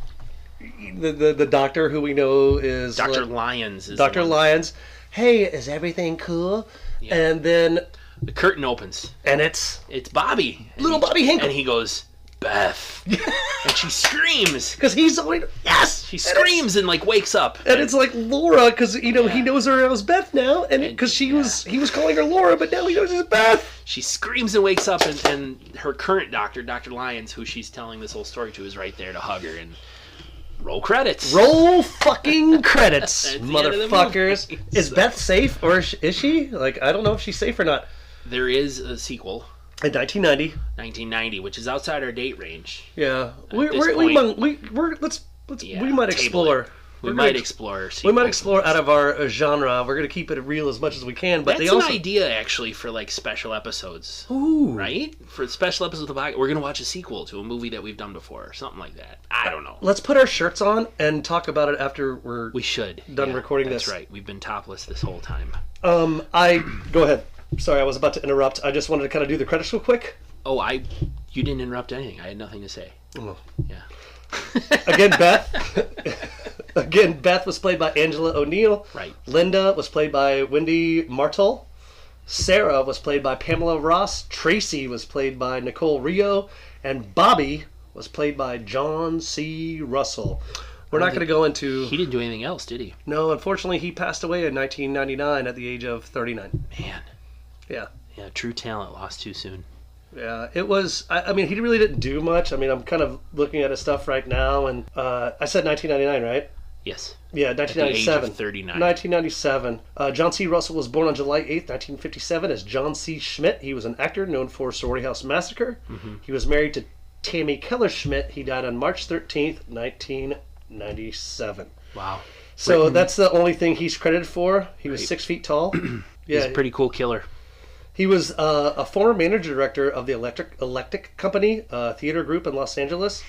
the, the the doctor who we know is Doctor like, Lyons is Dr. The, one. Lyons. Hey, is everything cool? And then the curtain opens. and it's It's Bobby, And Little he- Bobby Hinkle. and he goes Beth, and she screams. because he's only yes. She and screams and like wakes up. it's- And it's like Laura, because you know he knows her as Beth now, and because she was he was calling her Laura, but now he knows as Beth. she screams and wakes up, and, and her current doctor, Dr. Lyons, who she's telling this whole story to, is right there to hug her and roll credits. Roll fucking credits, At the end of the motherfuckers. movie. Is Beth safe or is is she? Like, I don't know if she's safe or not. There is a sequel, In 1990, 1990, which is outside our date range. yeah, we this we're, we might point- we we're let's let's Yeah, we might table it. explore. We We're gonna might ex- explore. we might sequels. explore out of our uh, genre. We're gonna keep it real as much as we can, but they That's also an idea actually for like special episodes, Ooh. right? For special episodes of the podcast, we're gonna watch a sequel to a movie that we've done before, or something like that. I don't know. Let's put our shirts on and talk about it after we're We should Done recording that's this. right. We've been topless this whole time. Um, I go ahead. Sorry, I was about to interrupt. I just wanted to kind of do the credits real quick. Oh, I, you didn't interrupt anything. I had nothing to say. Oh. Yeah. Again, Beth. Again, Beth was played by Angela O'Neill. Right. Linda was played by Wendy Martel. Sarah was played by Pamela Ross. Tracy was played by Nicole Rio, and Bobby was played by John C. Russell. We're not going to go into. He didn't do anything else, did he? No, unfortunately, he passed away in 1999 at the age of 39. Man, Yeah. yeah, true talent lost too soon. Yeah, it was. I, I mean, he really didn't do much. I mean, I'm kind of looking at his stuff right now, and uh, I said 1999, right? Yes. Yeah, The age of 1997. 39. 1997. Uh, John C. Russell was born on July 8th, 1957, as John C. Schmidt. He was an actor known for Sorority House Massacre. Mm-hmm. He was married to Tammy Keller Schmidt. He died on March 13th, 1997. Wow. So that's the only thing he's credited for. He was six feet tall. He's a yeah, pretty cool killer. he was uh, a former manager director of the Electric Electric Company uh, theater group in Los Angeles,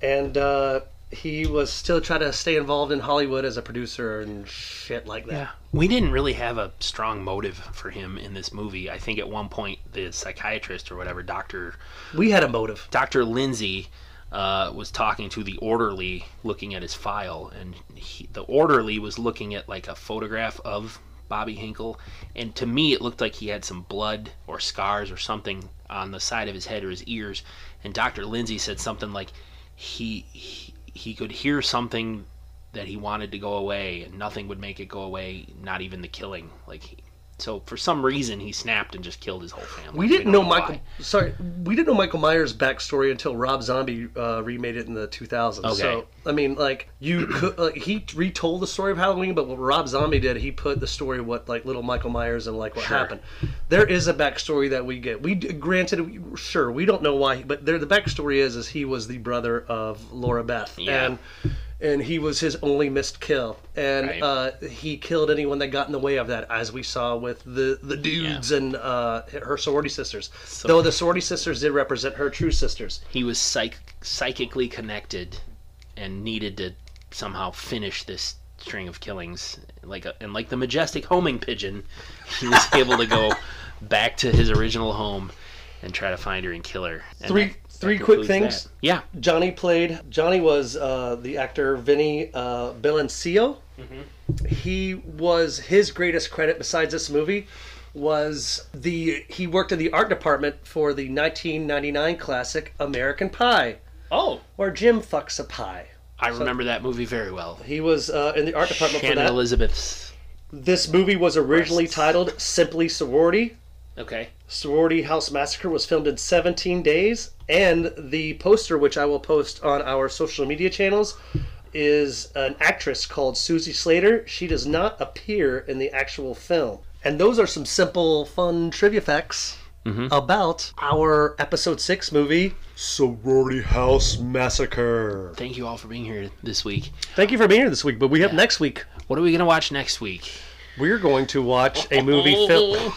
and uh, he was still trying to stay involved in Hollywood as a producer and shit like that. Yeah. We didn't really have a strong motive for him in this movie. I think at one point the psychiatrist or whatever, Dr. We had a motive. Dr. Lindsay uh, was talking to the orderly looking at his file, and he, the orderly was looking at like a photograph of Bobby Hinkle, and to me it looked like he had some blood or scars or something on the side of his head or his ears. And Dr. Lindsay said something like he he, he could hear something that he wanted to go away, and nothing would make it go away, not even the killing. Like he, so for some reason he snapped and just killed his whole family. We didn't don't know Michael. why. Sorry, we didn't know Michael Myers' backstory until Rob Zombie uh, remade it in the 2000s. Okay. So I mean, like you could, like, he retold the story of Halloween, but what Rob Zombie did, he put the story of what like little Michael Myers and like what Sure. happened. There is a backstory that we get. We d- granted, we- sure, we don't know why, but there the backstory is is he was the brother of Laura Beth, Yeah. and and he was his only missed kill. And Right. uh, he killed anyone that got in the way of that, as we saw with the the dudes and uh, her sorority sisters. Though the sorority sisters did represent her true sisters. He was psych- psychically connected and needed to somehow finish this string of killings. Like a, and like the majestic homing pigeon, he was able to go back to his original home and try to find her and kill her. And Three- three quick concludes things. that. Yeah. Johnny played. Johnny was uh, the actor Vinny uh, Belencio. He was his greatest credit besides this movie was the he worked in the art department for the 1999 classic American Pie, Oh, or Jim fucks a pie. I remember that movie very well. He was uh, in the art department Shannon for that. Elizabeth's. This movie was originally Breasts. titled Simply Sorority. Okay. Sorority House Massacre was filmed in 17 days, and the poster, which I will post on our social media channels, is an actress called Susie Slater. She does not appear in the actual film. And those are some simple, fun trivia facts about our episode six movie, Sorority House Massacre. Thank you all for being here this week. Thank you for being here this week, but we have next week. What are we gonna watch next week? We're going to watch a movie film.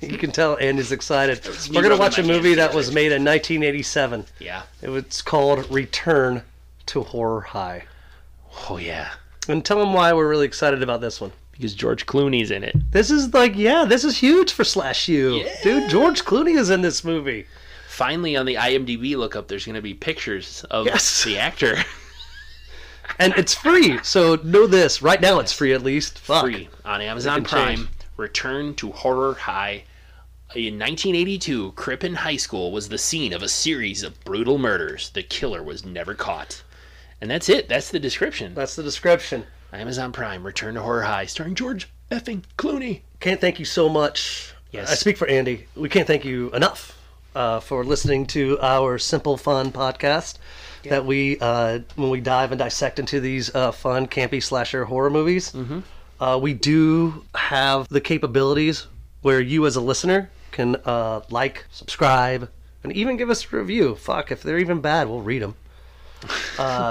You can tell Andy's excited. We're going to rubbing watch a my movie hands that together. was made in 1987. Yeah. It was called Return to Horror High. Oh yeah. And tell them why we're really excited about this one. Because George Clooney's in it. This is like, yeah, this is huge for Slash U. Dude, George Clooney is in this movie. Finally, on the IMDb lookup, there's gonna be pictures of Yes. the actor. And it's free, so know this. Right now it's free at least. Fuck. Free on Amazon It can Prime. change. Return to Horror High. In 1982, Crippen High School was the scene of a series of brutal murders. The killer was never caught. And that's it. That's the description. That's the description. Amazon Prime, Return to Horror High, starring George effing Clooney. Can't thank you so much. Yes. I speak for Andy. We can't thank you enough uh, for listening to our simple fun podcast. That we, uh, when we dive and dissect into these uh, fun, campy slasher horror movies, uh, we do have the capabilities where you, as a listener, can uh, like, subscribe, and even give us a review. Fuck, if they're even bad, we'll read them.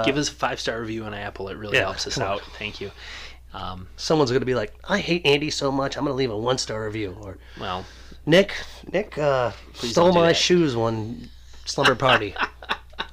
Give us a five star review on Apple. It really Uh, Yeah, helps us come on. out. Thank you. Um, Someone's gonna be like, "I hate Andy so much, I'm gonna leave a one star review," or well, Nick, Nick uh, stole don't do my that. shoes one slumber party.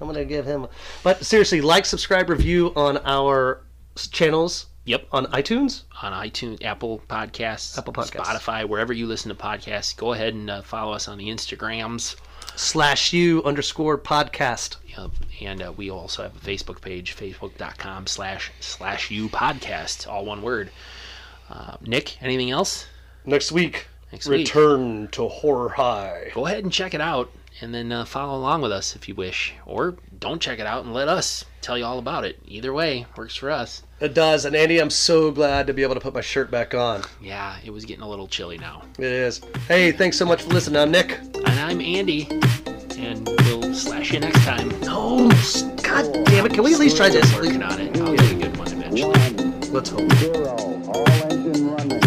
I'm gonna give him. But seriously, like, subscribe, review on our s- channels yep. on iTunes. on iTunes, Apple Podcasts, Apple Podcasts. Spotify, wherever you listen to podcasts. Go ahead and uh, follow us on the Instagrams, Slash you underscore podcast. Yep. and uh, we also have a Facebook page, facebook.com slash slash you podcast, all one word. Uh, Nick, anything else? Next week, Next week. return to horror high. Go ahead and check it out, and then uh, follow along with us if you wish, or don't check it out and let us tell you all about it. Either way, works for us. It does, and Andy, I'm so glad to be able to put my shirt back on. Yeah, it was getting a little chilly now. It is. Hey, thanks so much for listening. I'm Nick. And I'm Andy, and we'll slash you next time. No, s- god damn it! Can we at least try this? Working on it. I'll get a good one eventually. One, Let's hope. zero, all engine running.